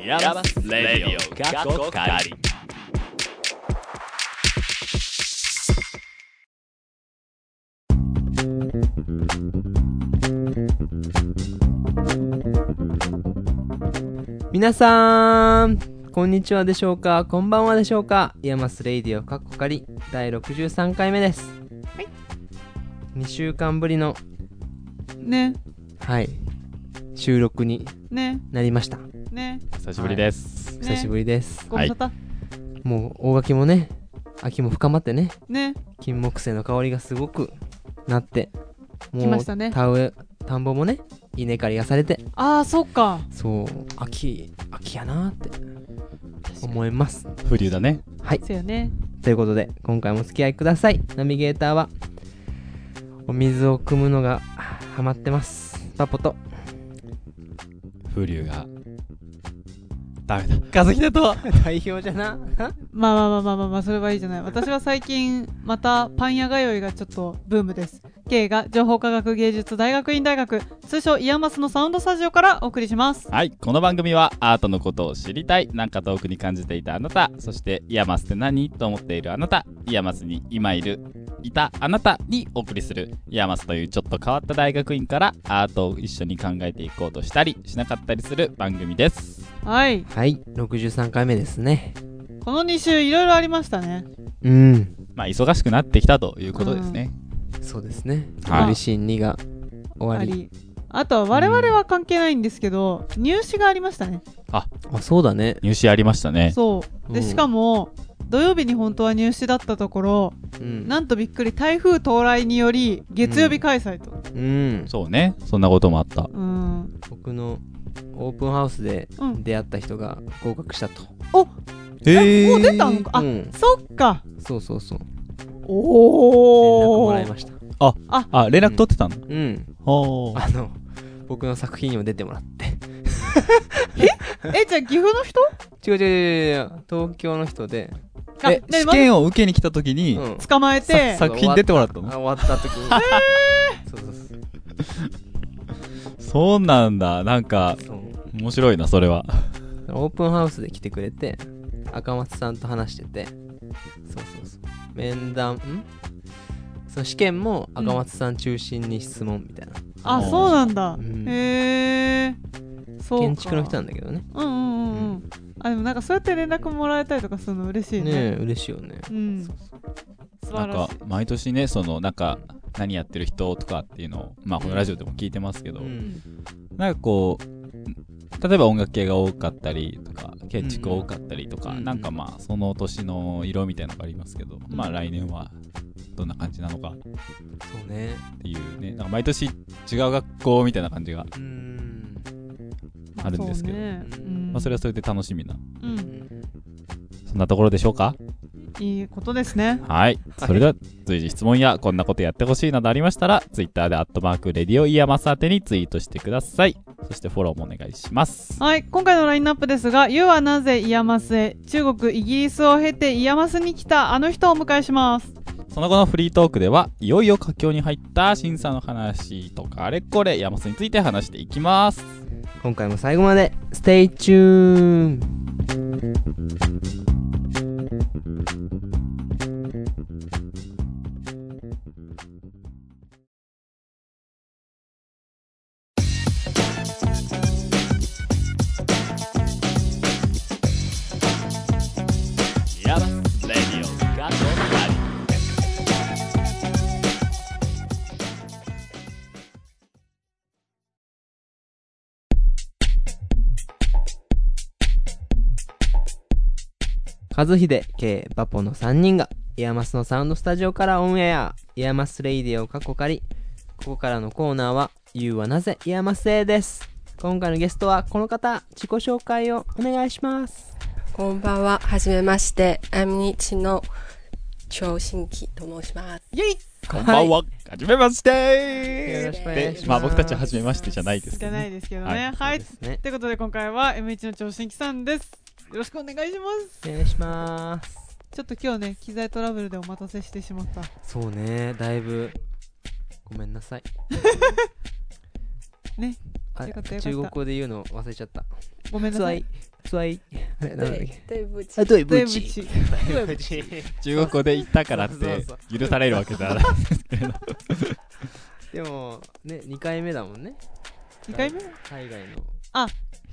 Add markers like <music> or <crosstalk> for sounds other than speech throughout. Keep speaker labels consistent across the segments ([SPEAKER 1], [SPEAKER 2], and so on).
[SPEAKER 1] ヤマスレディオ過去仮
[SPEAKER 2] 皆さんこんにちはでしょうかこんばんはでしょうかイヤマスレイディオカッコカリ第63回目です
[SPEAKER 3] はい
[SPEAKER 2] 2週間ぶりの
[SPEAKER 3] ね
[SPEAKER 2] はい収録に
[SPEAKER 3] ね
[SPEAKER 2] なりました
[SPEAKER 3] ね
[SPEAKER 1] 久しぶりです、
[SPEAKER 3] ね
[SPEAKER 2] 久しぶりです、
[SPEAKER 3] ご無沙汰、
[SPEAKER 2] もう大垣もね秋も深まってね
[SPEAKER 3] ね
[SPEAKER 2] 金木犀の香りがすごくなっても
[SPEAKER 3] 来ま
[SPEAKER 2] う
[SPEAKER 3] したね
[SPEAKER 2] 田植え田んぼもね稲刈りがされて
[SPEAKER 3] ああそっか
[SPEAKER 2] そう秋秋やなーって思います
[SPEAKER 1] 風流だね
[SPEAKER 3] そうよね
[SPEAKER 2] ということで今回もお付き合いくださいナビゲーターはお水を汲むのがあハマってますパポと
[SPEAKER 1] 風流がダメだ
[SPEAKER 3] ガズキだと
[SPEAKER 2] 代表じゃな
[SPEAKER 3] まあまあまあまあまあ、まあ、それはいいじゃない私は最近またパン屋通いがちょっとブームです K が情報科学芸術大学院大学通称イヤマスのサウンドスタジオからお送りします
[SPEAKER 1] はいこの番組はアートのことを知りたいなんか遠くに感じていたあなたそしてイヤマスって何と思っているあなたイヤマスに今いるいたあなたにお送りするイヤマスというちょっと変わった大学院からアートを一緒に考えていこうとしたりしなかったりする番組です
[SPEAKER 3] はい
[SPEAKER 2] はい63回目ですね
[SPEAKER 3] この2週いろいろありましたね
[SPEAKER 2] うん
[SPEAKER 1] まあ忙しくなってきたということですね、
[SPEAKER 2] そうですね
[SPEAKER 1] はい
[SPEAKER 2] 嬉しい2が終わ
[SPEAKER 3] あ
[SPEAKER 2] り
[SPEAKER 3] りあとは我々は関係ないんですけど、入試がありましたね
[SPEAKER 2] あそうだね
[SPEAKER 1] 入試ありましたね
[SPEAKER 3] そう
[SPEAKER 2] う
[SPEAKER 3] で
[SPEAKER 2] ん
[SPEAKER 3] しかも土曜日に本当は入試だったところ
[SPEAKER 2] うん
[SPEAKER 3] なんとびっくり台風到来により月曜日開催と、
[SPEAKER 2] うん
[SPEAKER 1] そうねそんなこともあった
[SPEAKER 3] うん、
[SPEAKER 2] 僕のオープンハウスで
[SPEAKER 3] うん
[SPEAKER 2] 出会った人が合格したと、
[SPEAKER 3] えもう出たのかあ、
[SPEAKER 2] うん
[SPEAKER 3] そっか
[SPEAKER 2] そうそうそう連絡
[SPEAKER 3] お
[SPEAKER 2] も
[SPEAKER 3] お
[SPEAKER 2] らいました
[SPEAKER 1] あ連絡取ってたの、
[SPEAKER 2] うん
[SPEAKER 1] おー
[SPEAKER 2] あの僕の作品にも出てもらって
[SPEAKER 3] えじゃあ岐阜の人
[SPEAKER 2] 違う違う違う違う東京の人で
[SPEAKER 3] あ
[SPEAKER 1] え
[SPEAKER 3] で
[SPEAKER 1] 試験を受けに来た時に、
[SPEAKER 2] うん
[SPEAKER 3] 捕まえて
[SPEAKER 1] さ作品出てもらったの
[SPEAKER 2] あ終わった時 <laughs> にそうそうそう
[SPEAKER 1] そうなんだなんか
[SPEAKER 2] そう
[SPEAKER 1] 面白いなそれは
[SPEAKER 2] オープンハウスで来てくれて赤松さんと話しててそうそうそう面談んその試験も赤松さん中心に質問みたいな、
[SPEAKER 3] あそうなんだ、
[SPEAKER 2] うん
[SPEAKER 3] へえそうか
[SPEAKER 2] 建築の人なんだけどね
[SPEAKER 3] うんうんうんうん、あでもなんかそうやって連絡もらえたりとかするの嬉しいね
[SPEAKER 2] ねえ嬉しいよね
[SPEAKER 3] うん
[SPEAKER 2] そう
[SPEAKER 3] 素
[SPEAKER 1] な
[SPEAKER 3] 晴
[SPEAKER 1] ん
[SPEAKER 3] ら
[SPEAKER 1] か
[SPEAKER 3] しい
[SPEAKER 1] 毎年ねそのなんか何やってる人とかっていうのをまあこのラジオでも聞いてますけど、
[SPEAKER 2] うん
[SPEAKER 1] なんかこう例えば音楽系が多かったりとか建築多かったりとか、
[SPEAKER 2] うん
[SPEAKER 1] なんかまあその年の色みたいなのがありますけど、まあ来年はどんな感じなのかっ
[SPEAKER 2] そうね
[SPEAKER 1] ていうねなんか毎年違う学校みたいな感じが、
[SPEAKER 2] うん
[SPEAKER 1] あるんですけど
[SPEAKER 3] そうねうん
[SPEAKER 1] まあ、それはそれで楽しみな
[SPEAKER 3] うん
[SPEAKER 1] そんなところでしょうか
[SPEAKER 3] いいことですね
[SPEAKER 1] はい。それでは、随時質問や、こんなことやってほしいなどありましたら、ツイッターで、アットマーク、レディオイヤマス宛てにツイートしてください。そして、フォローもお願いします。
[SPEAKER 3] はい今回のラインナップですが「YOU はなぜイヤマスへ」中国イギリスを経てイヤマスに来たあの人をお迎えします
[SPEAKER 1] その後のフリートークでは、いよいよ佳境に入った審査の話とか、あれこれ、イヤマスについて話していきます。
[SPEAKER 2] 今回も最後までステイチューン
[SPEAKER 1] イヤマス、レディオ、が
[SPEAKER 2] 和秀 K バポの3人がイヤマスのサウンドスタジオからオンエアイヤマスレイディオを過去借りここからのコーナーは「You はなぜイヤマスへ」です今回のゲストはこの方自己紹介をお願いします
[SPEAKER 4] こんばんは、はじめまして、アミニチの超新規と申します。
[SPEAKER 3] イエイ
[SPEAKER 1] こんばんは。はじめまして
[SPEAKER 2] よろしくお願いします
[SPEAKER 1] でまあ、僕たちはじめましてじゃないです
[SPEAKER 3] じ
[SPEAKER 1] け
[SPEAKER 3] ゃ
[SPEAKER 1] ど、
[SPEAKER 3] ない
[SPEAKER 1] ね。
[SPEAKER 3] ですけど
[SPEAKER 1] は
[SPEAKER 3] ねはい
[SPEAKER 2] そうですね
[SPEAKER 3] ということで今回は M1 の超新規さんですよろしくお願いします
[SPEAKER 2] お願いします
[SPEAKER 3] ちょっと今日ね機材トラブルでお待たせしてしまった
[SPEAKER 2] そう <laughs> ねだいぶごめんなさい
[SPEAKER 3] ね
[SPEAKER 2] あ
[SPEAKER 3] よ
[SPEAKER 2] れ
[SPEAKER 3] かったよかった
[SPEAKER 2] 中国語で言うの忘れちゃった。
[SPEAKER 3] ごめんな
[SPEAKER 2] つわ
[SPEAKER 3] さい
[SPEAKER 2] い。、つわい、あれ、なんだっ
[SPEAKER 4] 对
[SPEAKER 2] け。
[SPEAKER 4] 对不起
[SPEAKER 2] あ、。どい
[SPEAKER 3] ブ
[SPEAKER 2] ぶ
[SPEAKER 3] チ
[SPEAKER 2] ち。
[SPEAKER 3] ブ
[SPEAKER 1] 中国語で言ったからっ
[SPEAKER 2] そう
[SPEAKER 1] て
[SPEAKER 2] <laughs> そう
[SPEAKER 1] 許されるわけじゃない。
[SPEAKER 2] でも、ね、2回目だもんね。
[SPEAKER 3] 2回目
[SPEAKER 2] 海外の。
[SPEAKER 3] あ、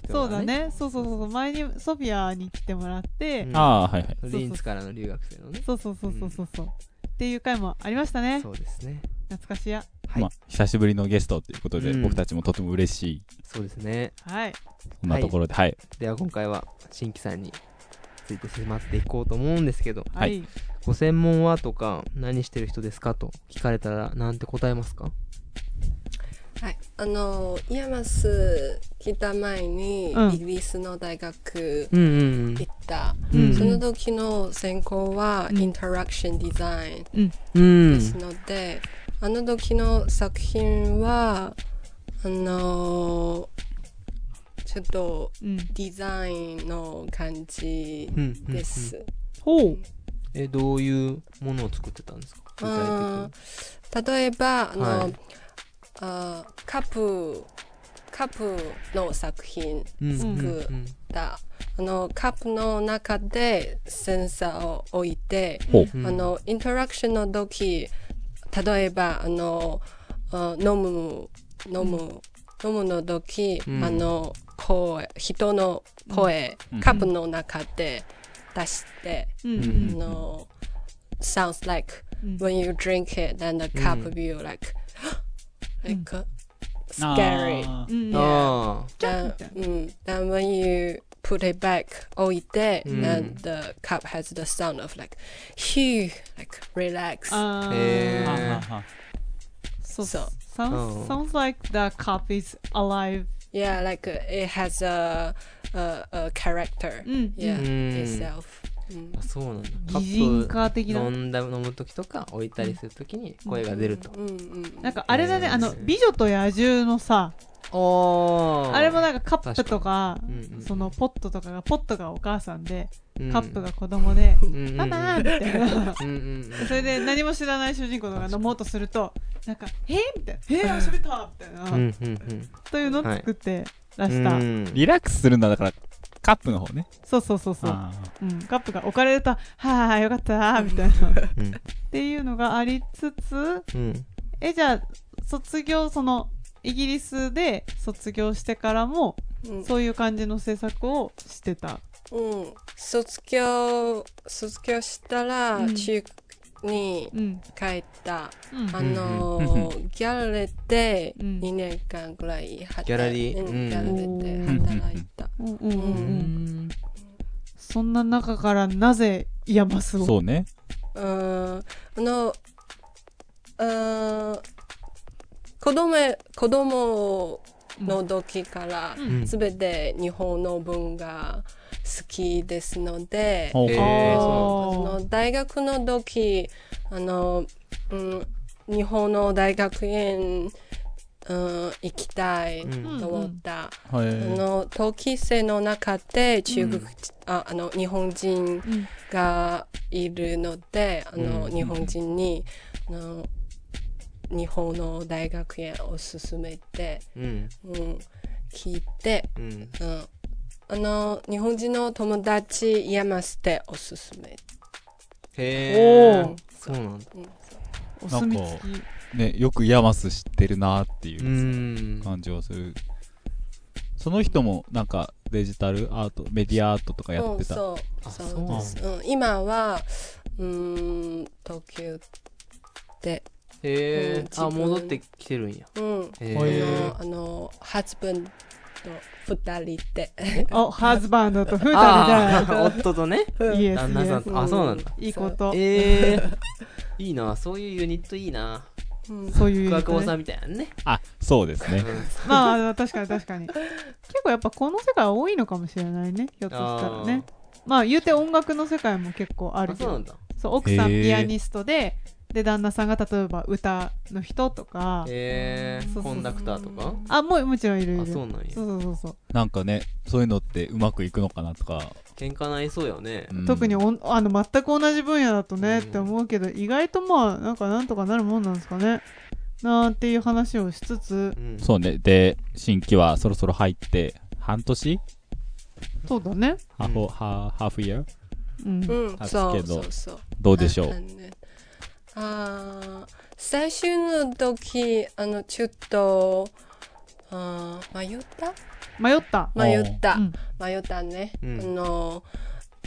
[SPEAKER 2] 人
[SPEAKER 3] そう
[SPEAKER 2] が
[SPEAKER 3] だ。ねそうそうそうそう前にソフィアに来てもらって、
[SPEAKER 2] うん
[SPEAKER 1] ああ、はいはい。
[SPEAKER 2] リンツからの留学生のね。
[SPEAKER 3] そうそうそうそうそうそうっていう回もありましたね
[SPEAKER 2] そうですね。
[SPEAKER 3] 懐かしや
[SPEAKER 2] はい
[SPEAKER 1] まあ、久しぶりのゲストということで、
[SPEAKER 2] うん
[SPEAKER 1] 僕たちもとても嬉しい、
[SPEAKER 2] そうですね。
[SPEAKER 3] はい
[SPEAKER 1] そんなところで、はい。
[SPEAKER 2] では今回は新規さんについて迫っていこうと思うんですけど、
[SPEAKER 1] は
[SPEAKER 3] はいい
[SPEAKER 2] ご専門はとか何してる人ですかと聞かれたらなんて答えますか？
[SPEAKER 4] はい、あのイヤマス来た前に
[SPEAKER 3] うん
[SPEAKER 4] イギリスの大学
[SPEAKER 2] うんうん
[SPEAKER 4] 行った、
[SPEAKER 2] うん
[SPEAKER 4] その時の専攻は
[SPEAKER 3] うん
[SPEAKER 4] インタラクションデザイン
[SPEAKER 2] うん
[SPEAKER 4] ですので、あの時の作品はあのちょっと
[SPEAKER 3] うん
[SPEAKER 4] デザインの感じ
[SPEAKER 2] うんうん
[SPEAKER 4] です。
[SPEAKER 3] ほう
[SPEAKER 2] えどういうものを作ってたんですか？具
[SPEAKER 4] あ
[SPEAKER 2] 体
[SPEAKER 4] ー例えばあの、
[SPEAKER 2] はい
[SPEAKER 4] あーカップカップの作品
[SPEAKER 2] 的に。
[SPEAKER 4] 作った、あのカップの中でセンサーを置いて、
[SPEAKER 1] ほう。
[SPEAKER 2] うん
[SPEAKER 4] あのインタラクションの時例えばあのあ飲む飲む、飲むの時、
[SPEAKER 2] うん
[SPEAKER 4] あの声人の声、
[SPEAKER 1] うん
[SPEAKER 4] カップの中で出して、
[SPEAKER 3] うんう
[SPEAKER 2] うん
[SPEAKER 4] あ
[SPEAKER 3] ん
[SPEAKER 4] の sounds like
[SPEAKER 3] うん
[SPEAKER 4] when you drink it, then the cup
[SPEAKER 2] Mm.
[SPEAKER 4] be like, <gasps> like uh,
[SPEAKER 1] あ
[SPEAKER 4] scary.
[SPEAKER 2] Ah.
[SPEAKER 1] ー
[SPEAKER 3] うん
[SPEAKER 4] あ
[SPEAKER 2] あ
[SPEAKER 4] Then,
[SPEAKER 3] Yeah.
[SPEAKER 4] mm, then when you put it back all day,
[SPEAKER 2] Mm.
[SPEAKER 4] then the cup has the sound of like, phew, like relax.
[SPEAKER 3] あー
[SPEAKER 2] え
[SPEAKER 1] は
[SPEAKER 2] ー
[SPEAKER 1] んはんはん
[SPEAKER 3] そう
[SPEAKER 4] そう
[SPEAKER 3] sounds
[SPEAKER 2] うん
[SPEAKER 3] sounds like the cup is alive
[SPEAKER 4] Yeah, like uh, it has a, a, a character.
[SPEAKER 3] うん
[SPEAKER 4] Yeah,
[SPEAKER 2] Mm.
[SPEAKER 4] itself. Mm.
[SPEAKER 2] あそうなんだ。
[SPEAKER 3] 擬人化的
[SPEAKER 2] 飲
[SPEAKER 3] なん
[SPEAKER 2] だ飲む時とか置いたりする時に声が出ると。
[SPEAKER 4] Mm, mm, mm.
[SPEAKER 3] なんかあれだね
[SPEAKER 2] えー
[SPEAKER 3] あの美女と野獣のさ
[SPEAKER 2] あ
[SPEAKER 3] あれもなんかカップとか
[SPEAKER 2] 確かにうんうん
[SPEAKER 3] そのポットとかがポットがお母さんで
[SPEAKER 2] うん
[SPEAKER 3] カップが子供で
[SPEAKER 2] うんうんうん
[SPEAKER 3] 「ママ!」みたいな
[SPEAKER 2] うんうん
[SPEAKER 3] それで何も知らない主人公が飲もうとするとなんか「えみたいな「えあ喋った!」みたいな、
[SPEAKER 2] うんうんうん
[SPEAKER 3] というのを作ってら
[SPEAKER 2] う
[SPEAKER 3] した、
[SPEAKER 2] ん
[SPEAKER 1] リラックスするんだ、だから、カップの方ね。
[SPEAKER 3] そうそうそうそう、
[SPEAKER 1] あー
[SPEAKER 3] うん、カップが置かれると「はあよかった」みたいなっ
[SPEAKER 2] うん
[SPEAKER 3] ていうのがありつつ
[SPEAKER 2] うん
[SPEAKER 3] えじゃあ卒業そのイギリスで卒業してからも
[SPEAKER 4] Mm.
[SPEAKER 3] そういう感じの制作をしてた
[SPEAKER 4] うん、卒業卒業したら
[SPEAKER 3] うん
[SPEAKER 4] 中国に
[SPEAKER 3] うん
[SPEAKER 4] 帰った、
[SPEAKER 3] うん
[SPEAKER 4] あ
[SPEAKER 1] うん
[SPEAKER 4] のーギャラリーで
[SPEAKER 3] うん
[SPEAKER 4] 2年間ぐらい働い
[SPEAKER 2] ギャラリー
[SPEAKER 4] うん
[SPEAKER 2] うん
[SPEAKER 4] ギャラリーで働いた、
[SPEAKER 3] うんうんうんう
[SPEAKER 2] うんん
[SPEAKER 3] そんな中からなぜイヤマスを
[SPEAKER 1] そうね。
[SPEAKER 4] うん、あのうん子供子供の時から
[SPEAKER 3] うん
[SPEAKER 2] うん
[SPEAKER 4] 全て日本の文が好きですので、
[SPEAKER 1] ほう
[SPEAKER 2] え
[SPEAKER 1] ほう
[SPEAKER 2] ー
[SPEAKER 4] そ
[SPEAKER 3] あー
[SPEAKER 4] の大学の時あの、うん、日本の大学院、うん、行きたい
[SPEAKER 2] うん
[SPEAKER 4] と思った、
[SPEAKER 1] はい
[SPEAKER 4] あの同期生の中で中国、ああの日本人
[SPEAKER 3] うん
[SPEAKER 4] がいるのであの、
[SPEAKER 2] うん
[SPEAKER 4] 日本人にあの日本の大学院を勧めて、
[SPEAKER 2] うん
[SPEAKER 4] うん、聞いて、
[SPEAKER 2] うん
[SPEAKER 4] うん、あの日本人の友達イヤマスでおすすめ
[SPEAKER 2] へ
[SPEAKER 3] お
[SPEAKER 2] え
[SPEAKER 3] ー
[SPEAKER 2] そうなんだ
[SPEAKER 4] うん
[SPEAKER 3] お墨付き
[SPEAKER 1] ね、よくヤマス知ってるなっていうう
[SPEAKER 2] ーん
[SPEAKER 1] 感じはする。その人も、なんか、デジタルアート、メディアアートとかやってた。
[SPEAKER 4] うん
[SPEAKER 2] あ
[SPEAKER 4] そ
[SPEAKER 2] そ
[SPEAKER 4] う
[SPEAKER 2] う
[SPEAKER 4] そうです、うん、今はうーん東京で
[SPEAKER 2] へ
[SPEAKER 4] うん
[SPEAKER 2] え
[SPEAKER 4] 自分
[SPEAKER 2] あ戻ってきてるんや
[SPEAKER 4] うん
[SPEAKER 2] へ
[SPEAKER 4] あ
[SPEAKER 1] へ
[SPEAKER 2] え
[SPEAKER 1] ー
[SPEAKER 4] のあの初分と二人で
[SPEAKER 3] おハズバンドとフータみたい
[SPEAKER 2] ああ夫とね
[SPEAKER 3] なイエス
[SPEAKER 2] 旦那
[SPEAKER 3] イ
[SPEAKER 2] さ
[SPEAKER 3] エ
[SPEAKER 2] んとあそうなんだ
[SPEAKER 3] スいいこと
[SPEAKER 2] ええいいなそういうユニットいいな
[SPEAKER 4] うん
[SPEAKER 3] そういう意
[SPEAKER 2] 桑
[SPEAKER 3] 味
[SPEAKER 2] 久保
[SPEAKER 3] で
[SPEAKER 2] さ
[SPEAKER 3] ね
[SPEAKER 2] んみたいなね
[SPEAKER 1] あ、そうですね。
[SPEAKER 3] まあまあ確かに確
[SPEAKER 2] <laughs>
[SPEAKER 3] かに結構やっぱこの世界多いのかもしれないねひょっとしたらねまあ言うて音楽の世界も結構あ
[SPEAKER 2] あ
[SPEAKER 3] るけ
[SPEAKER 2] そうな
[SPEAKER 3] ど
[SPEAKER 2] んだ
[SPEAKER 3] そう奥さん
[SPEAKER 1] へー
[SPEAKER 3] ピアニストでで旦那さんが例えば歌の人とか
[SPEAKER 2] へ
[SPEAKER 3] そうそうそ
[SPEAKER 2] え
[SPEAKER 3] う
[SPEAKER 2] コンダクターとか
[SPEAKER 3] あもうもちろんいるいる
[SPEAKER 2] あそうなんや
[SPEAKER 3] そうそうそうそう
[SPEAKER 1] なんかね、そういうのってうまくいくのかなとか。
[SPEAKER 2] 喧嘩ないそうよね
[SPEAKER 1] うん
[SPEAKER 3] 特におんあの全く同じ分野だとね、
[SPEAKER 2] うん
[SPEAKER 3] って思うけど意外とまあなんかなんとかなるもんなんですかねなんていう話をしつつ
[SPEAKER 2] うん
[SPEAKER 1] そうね。で、新規はそろそろ入って、半年
[SPEAKER 3] そうだね
[SPEAKER 1] ハーフ、ハーハーフイヤー
[SPEAKER 3] うん
[SPEAKER 4] うん、
[SPEAKER 1] あ
[SPEAKER 4] そ
[SPEAKER 1] け
[SPEAKER 4] う
[SPEAKER 1] ど
[SPEAKER 4] そうそう。
[SPEAKER 1] どうでしょ
[SPEAKER 4] あ
[SPEAKER 1] う
[SPEAKER 4] のねあー最終の時あのちょっとあー迷った
[SPEAKER 3] 迷った
[SPEAKER 1] お
[SPEAKER 4] 迷った、
[SPEAKER 3] うん
[SPEAKER 4] 迷ったね、
[SPEAKER 2] うん
[SPEAKER 4] あの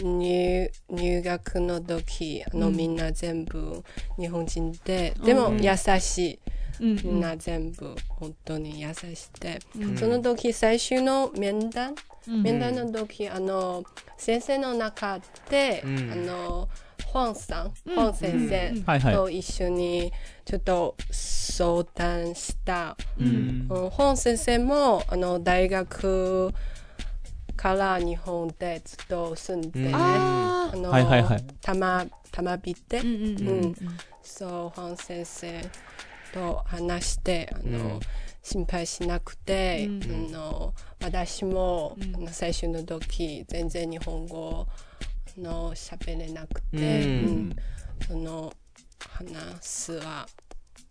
[SPEAKER 4] 入入学の時あの、
[SPEAKER 3] うん
[SPEAKER 4] みんな全部日本人で
[SPEAKER 3] うん
[SPEAKER 4] でも
[SPEAKER 2] うん
[SPEAKER 4] 優し
[SPEAKER 3] うん
[SPEAKER 4] い、みんな全部本当に優しくて、
[SPEAKER 3] うん
[SPEAKER 4] その時最終の面談
[SPEAKER 3] うん
[SPEAKER 4] 面談の時あの先生の中で、
[SPEAKER 2] うん
[SPEAKER 4] あの本さん、
[SPEAKER 3] うん
[SPEAKER 4] 本先生
[SPEAKER 1] はいは
[SPEAKER 4] と一緒にちょっと相談した、
[SPEAKER 1] い。うん
[SPEAKER 4] うん本先生もあの大学から日本でずっと住んで、
[SPEAKER 2] うん
[SPEAKER 3] あ
[SPEAKER 4] あの
[SPEAKER 1] はいはいはい
[SPEAKER 4] たまたまびって、
[SPEAKER 3] ーうんうんうん
[SPEAKER 4] そう本先生と話してあの、
[SPEAKER 2] うん
[SPEAKER 4] 心配しなくて、
[SPEAKER 3] うん
[SPEAKER 4] あの私も、
[SPEAKER 3] うん
[SPEAKER 4] あの最初の時全然日本語あの喋れなくて、
[SPEAKER 2] うん
[SPEAKER 4] うんその話すは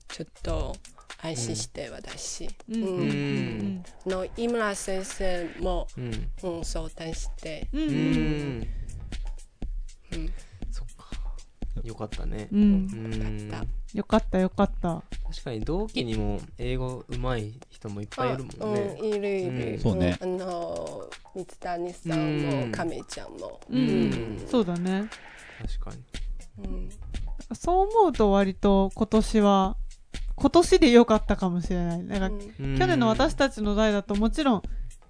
[SPEAKER 4] ちょっと安心して私、
[SPEAKER 3] う
[SPEAKER 4] うん
[SPEAKER 3] う
[SPEAKER 4] ん
[SPEAKER 3] んうん
[SPEAKER 4] あの井村先生も、
[SPEAKER 2] うん
[SPEAKER 4] うん、相談して、
[SPEAKER 3] うん
[SPEAKER 2] う
[SPEAKER 3] うん
[SPEAKER 2] ん
[SPEAKER 4] うん
[SPEAKER 2] そっかよかったね
[SPEAKER 3] う
[SPEAKER 2] うんん
[SPEAKER 4] よかっ
[SPEAKER 3] よかったよかった
[SPEAKER 2] 確かに同期にも英語うまい人もいっぱいいるもん
[SPEAKER 4] う
[SPEAKER 2] ね
[SPEAKER 4] ん、いるいる、
[SPEAKER 2] うん
[SPEAKER 1] そうね
[SPEAKER 4] うんあの三谷さん
[SPEAKER 2] う
[SPEAKER 4] も
[SPEAKER 2] ん
[SPEAKER 4] 亀ちゃんも、
[SPEAKER 3] うんそうだね
[SPEAKER 2] 確かに
[SPEAKER 4] うん
[SPEAKER 3] そう思うと割と今年は今年で良かったかもしれないなんか
[SPEAKER 2] うん
[SPEAKER 3] 去年の私たちの代だともちろん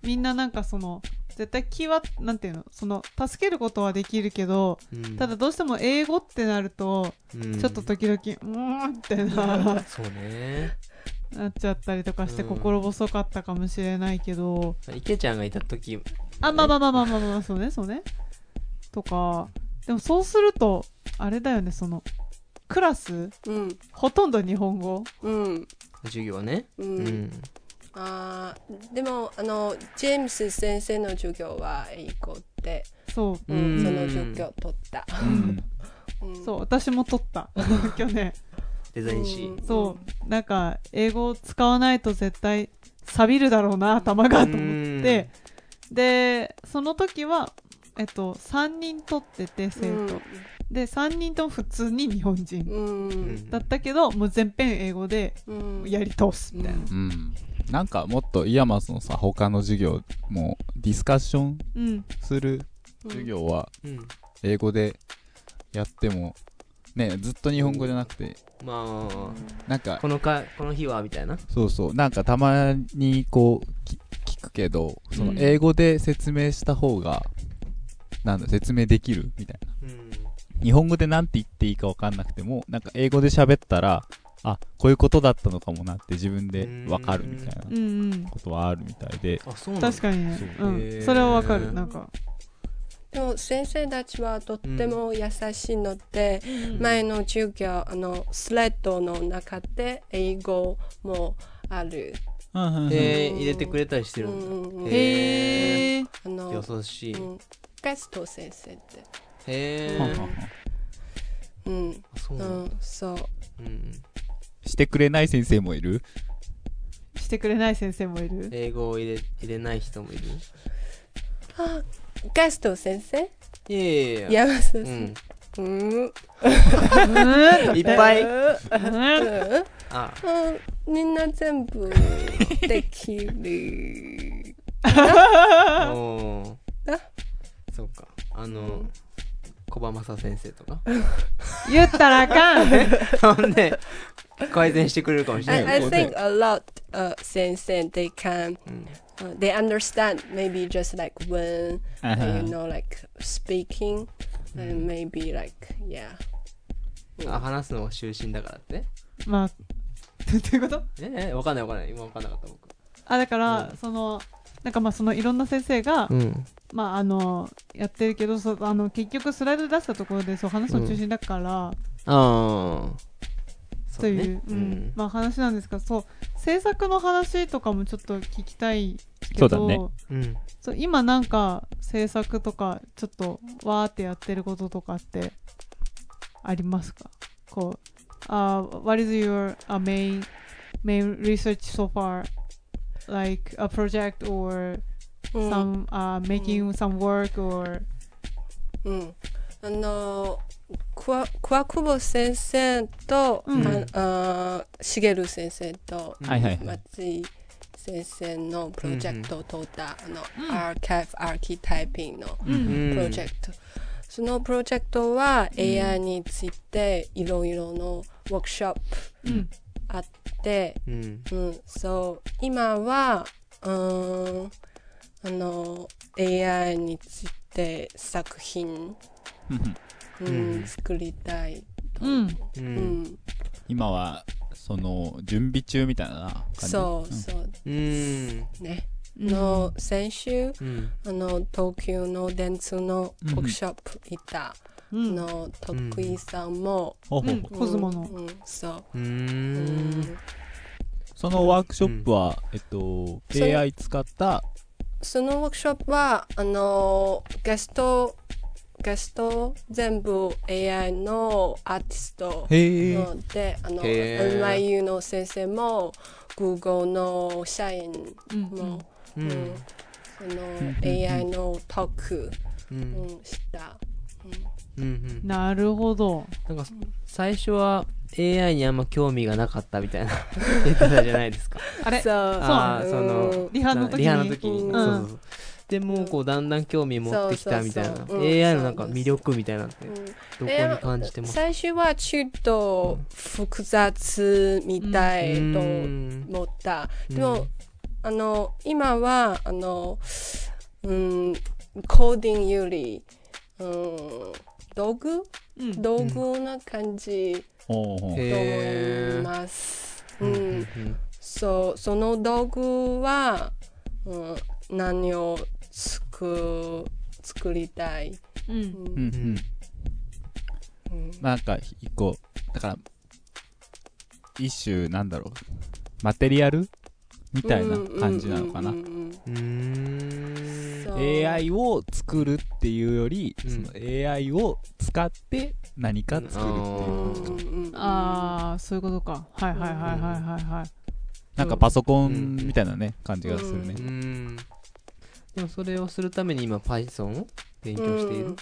[SPEAKER 3] みんななんかその絶対気はなんていうのその助けることはできるけど
[SPEAKER 2] うん
[SPEAKER 3] ただどうしても英語ってなると
[SPEAKER 2] うん
[SPEAKER 3] ちょっと時々「うーん」みた
[SPEAKER 2] <laughs>
[SPEAKER 3] いな
[SPEAKER 2] そうね
[SPEAKER 3] なっちゃったりとかして
[SPEAKER 2] うん
[SPEAKER 3] 心細かったかもしれないけど
[SPEAKER 2] 池ちゃんがいた時
[SPEAKER 3] あまあまあまあまあまあまあそうねそうねとかでもそうするとあれだよねそのクラス
[SPEAKER 4] うん
[SPEAKER 3] ほとんど日本語
[SPEAKER 4] うん
[SPEAKER 2] 授業はね
[SPEAKER 4] う
[SPEAKER 2] うんん
[SPEAKER 4] あーでもあのジェームス先生の授業は英語で、
[SPEAKER 3] そ
[SPEAKER 2] う
[SPEAKER 3] う
[SPEAKER 4] う
[SPEAKER 2] ん
[SPEAKER 4] ん、その授業取った、
[SPEAKER 1] うん
[SPEAKER 4] うん
[SPEAKER 3] そう私も取った去年
[SPEAKER 2] デザイン誌
[SPEAKER 4] うん
[SPEAKER 3] そうなんか英語を使わないと絶対錆びるだろうな頭がと思ってでその時はえっと3人取ってて生徒、で3人とも普通に日本人
[SPEAKER 4] うんう
[SPEAKER 2] うんん
[SPEAKER 3] だったけどもう全編英語で
[SPEAKER 4] うん
[SPEAKER 3] やり通すみたいな、
[SPEAKER 1] うん。なんかもっとイヤマスのさ、他の授業もディスカッション
[SPEAKER 3] うん、
[SPEAKER 1] する授業は
[SPEAKER 2] うん
[SPEAKER 1] 英語でやっても、ね、ずっと日本語じゃなくて、
[SPEAKER 2] ま
[SPEAKER 1] なんか
[SPEAKER 2] あこのかこの日はみたいな
[SPEAKER 1] そうそうなんかたまにこうき聞くけどその
[SPEAKER 3] うん
[SPEAKER 1] 英語で説明した方が、なんだ説明できるみたいな
[SPEAKER 2] うん
[SPEAKER 1] 日本語で何て言っていいか分かんなくてもなんか英語で喋ったらあこういうことだったのかもなって自分で分かるみたいな
[SPEAKER 3] うんうん
[SPEAKER 1] ことはあるみたいで
[SPEAKER 2] あそうなんだ
[SPEAKER 3] 確かにね、
[SPEAKER 1] そう
[SPEAKER 2] へー
[SPEAKER 3] ん、それはわかるなんか、
[SPEAKER 4] でも先生たちはとっても優しいので、前の授業あのスレッドの中で英語もある、
[SPEAKER 2] えー入れてくれたりしてるんだ
[SPEAKER 4] うん
[SPEAKER 2] へ
[SPEAKER 3] へえ
[SPEAKER 4] あの
[SPEAKER 2] 優しい
[SPEAKER 4] うんガスト先生って、
[SPEAKER 2] へ
[SPEAKER 1] はんはん
[SPEAKER 2] え
[SPEAKER 1] はん
[SPEAKER 4] うん
[SPEAKER 2] そう
[SPEAKER 4] う
[SPEAKER 2] なんだ
[SPEAKER 4] ん、そう
[SPEAKER 2] うん
[SPEAKER 1] してくれない先生もいる
[SPEAKER 3] してくれない先生もいる
[SPEAKER 2] 英語を入れ入れない人もいる
[SPEAKER 4] あガスト先生
[SPEAKER 2] いやいやいや
[SPEAKER 4] 山下さ
[SPEAKER 2] うんん
[SPEAKER 4] うん
[SPEAKER 3] うんだて
[SPEAKER 2] いっぱい
[SPEAKER 3] うん
[SPEAKER 4] うん
[SPEAKER 2] あ
[SPEAKER 4] <laughs> うんみんな全部できる。
[SPEAKER 2] おー
[SPEAKER 4] あ
[SPEAKER 2] そうかあの小葉正先生とか
[SPEAKER 3] 言ったらあかん
[SPEAKER 2] ほんで改善してくれるかもしれ
[SPEAKER 4] I,
[SPEAKER 2] ない
[SPEAKER 4] I think a lot uh, since then they can,
[SPEAKER 2] うん
[SPEAKER 4] uh, they understand maybe just like when,
[SPEAKER 1] Uh-huh.
[SPEAKER 4] uh, you know, like speaking, and maybe like, yeah.
[SPEAKER 2] あ話すのが就寝だからって
[SPEAKER 3] まあどういうこと
[SPEAKER 2] ええわかんないわかんない今わかんなかった僕
[SPEAKER 3] あだから、そのなんかまあそのいろんな先生が、
[SPEAKER 2] うん
[SPEAKER 3] まああのやってるけどそうあの結局スライドで出したところでそう話の中心だから、
[SPEAKER 2] ああそ
[SPEAKER 3] と
[SPEAKER 2] う
[SPEAKER 3] いう
[SPEAKER 2] ね
[SPEAKER 3] う
[SPEAKER 2] うんん
[SPEAKER 3] まあ、話なんですがそう制作の話とかもちょっと聞きたいけ
[SPEAKER 1] そ
[SPEAKER 3] ど
[SPEAKER 1] うだね
[SPEAKER 2] うん
[SPEAKER 3] そう今なんか制作とかちょっとわーってやってることとかってありますかこう、uh, What is your、uh, main main research so far, like a project or
[SPEAKER 4] うん
[SPEAKER 3] some uh, making some work or
[SPEAKER 4] うん、あの桑桑久保先生と、
[SPEAKER 3] うん
[SPEAKER 4] ああ茂先生と
[SPEAKER 1] はいはいはい。
[SPEAKER 4] 松井先生のプロジェクトを取った、
[SPEAKER 3] うん
[SPEAKER 4] あのアーカイブアーキタイピングの
[SPEAKER 3] う
[SPEAKER 2] うんん
[SPEAKER 4] プロジェクト、そのプロジェクトは
[SPEAKER 3] うん
[SPEAKER 4] AI についていろいろのワークショッ
[SPEAKER 3] う
[SPEAKER 4] プ
[SPEAKER 3] ん
[SPEAKER 4] あって、
[SPEAKER 2] うん
[SPEAKER 4] うん、そう今はうーんあの AI について作品
[SPEAKER 1] ふんふん
[SPEAKER 4] うん
[SPEAKER 2] うん
[SPEAKER 4] 作りたいと。
[SPEAKER 3] うん
[SPEAKER 2] う
[SPEAKER 4] うんん、
[SPEAKER 1] 今は、その、準備中みたいな感じ。
[SPEAKER 4] そう
[SPEAKER 1] うん
[SPEAKER 4] そう
[SPEAKER 2] うん
[SPEAKER 4] ね。
[SPEAKER 3] うん
[SPEAKER 4] の先週
[SPEAKER 2] うん
[SPEAKER 4] あの東京の電通のワークショップ行った、
[SPEAKER 3] う
[SPEAKER 4] あ
[SPEAKER 3] ん
[SPEAKER 4] の徳井さんも、
[SPEAKER 1] ほうほうほう
[SPEAKER 3] うんコズモの
[SPEAKER 4] うん、そうう、
[SPEAKER 2] ん
[SPEAKER 1] そのワークショップは、えっと、
[SPEAKER 4] それ
[SPEAKER 1] AI 使った、
[SPEAKER 4] そのワークショップはあのゲストゲスト全部 AI のアーティスト
[SPEAKER 1] へえ。
[SPEAKER 4] のであの
[SPEAKER 2] へー
[SPEAKER 4] NYU の先生も Google の社員
[SPEAKER 3] うん
[SPEAKER 4] も、
[SPEAKER 2] う
[SPEAKER 4] うん
[SPEAKER 2] ん
[SPEAKER 4] その
[SPEAKER 1] ん
[SPEAKER 4] AI のトーク、
[SPEAKER 2] う
[SPEAKER 4] うんん、した、
[SPEAKER 2] うん
[SPEAKER 3] なるほど
[SPEAKER 2] なんか最初は AI にあんま興味がなかったみたいな <laughs> 言ってたじゃないですか。
[SPEAKER 3] あれ
[SPEAKER 4] <laughs> そう
[SPEAKER 2] あ
[SPEAKER 3] あ
[SPEAKER 2] ー
[SPEAKER 4] うん
[SPEAKER 2] その
[SPEAKER 3] リハの時に
[SPEAKER 2] リハの時に、
[SPEAKER 4] うん
[SPEAKER 2] そうそうそうでもうこうだんだん興味持ってきたみたいな
[SPEAKER 4] そうそうそううん
[SPEAKER 2] AI のなんか魅力みたいなのってど
[SPEAKER 4] うん
[SPEAKER 2] こに感じてますか
[SPEAKER 4] 最初はちょっと複雑みたいと
[SPEAKER 2] うん
[SPEAKER 4] 思った、
[SPEAKER 2] うん
[SPEAKER 4] でもあの今はあの、うん、コーディングより、うん、道具
[SPEAKER 3] うん
[SPEAKER 4] 道具な感じ
[SPEAKER 1] ほうほう
[SPEAKER 4] と思
[SPEAKER 2] へ
[SPEAKER 4] い
[SPEAKER 2] ー
[SPEAKER 4] ます、
[SPEAKER 2] う
[SPEAKER 4] うん
[SPEAKER 2] ん
[SPEAKER 4] そうその道具は、うん、何を作作りたい、
[SPEAKER 3] う
[SPEAKER 4] うん
[SPEAKER 1] う
[SPEAKER 4] ん
[SPEAKER 1] んうん。
[SPEAKER 4] うん
[SPEAKER 1] なんか、一個、だから、一種、なんだろう、マテリアルみたいな感じなのかな
[SPEAKER 4] うん。うん
[SPEAKER 2] う
[SPEAKER 4] うんうん
[SPEAKER 2] んうん
[SPEAKER 4] うんそう
[SPEAKER 1] AI を作るっていうより、
[SPEAKER 2] うん
[SPEAKER 1] その AI を使って何か作るっていう感じか、
[SPEAKER 2] うん
[SPEAKER 3] ああそういうことかはいはいはいはいはいはい
[SPEAKER 1] なんかパソコンみたいなね、感じがするね、
[SPEAKER 2] うんでもそれをするために今 Python を勉強している、
[SPEAKER 4] うん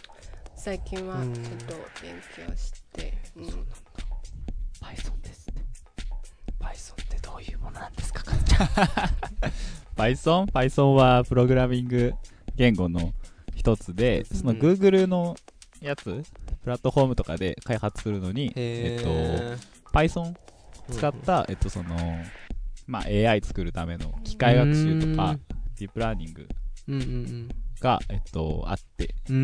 [SPEAKER 4] 最近はちょ
[SPEAKER 2] うん
[SPEAKER 4] っと勉強して、うん
[SPEAKER 2] <laughs> Python ですね Python ってどういうものなんですか
[SPEAKER 1] Python?Python はプログラミング言語の一つでその
[SPEAKER 2] うん
[SPEAKER 1] Google のやつプラットフォームとかで開発するのに、え
[SPEAKER 2] へ
[SPEAKER 1] っ
[SPEAKER 2] ー
[SPEAKER 1] と、Python 使った、えっとそのまあ、AI 作るための機械学習と
[SPEAKER 2] う
[SPEAKER 1] か
[SPEAKER 2] ん
[SPEAKER 1] ディープラーニング
[SPEAKER 2] うんうん
[SPEAKER 1] が、えっと、あって
[SPEAKER 2] うんう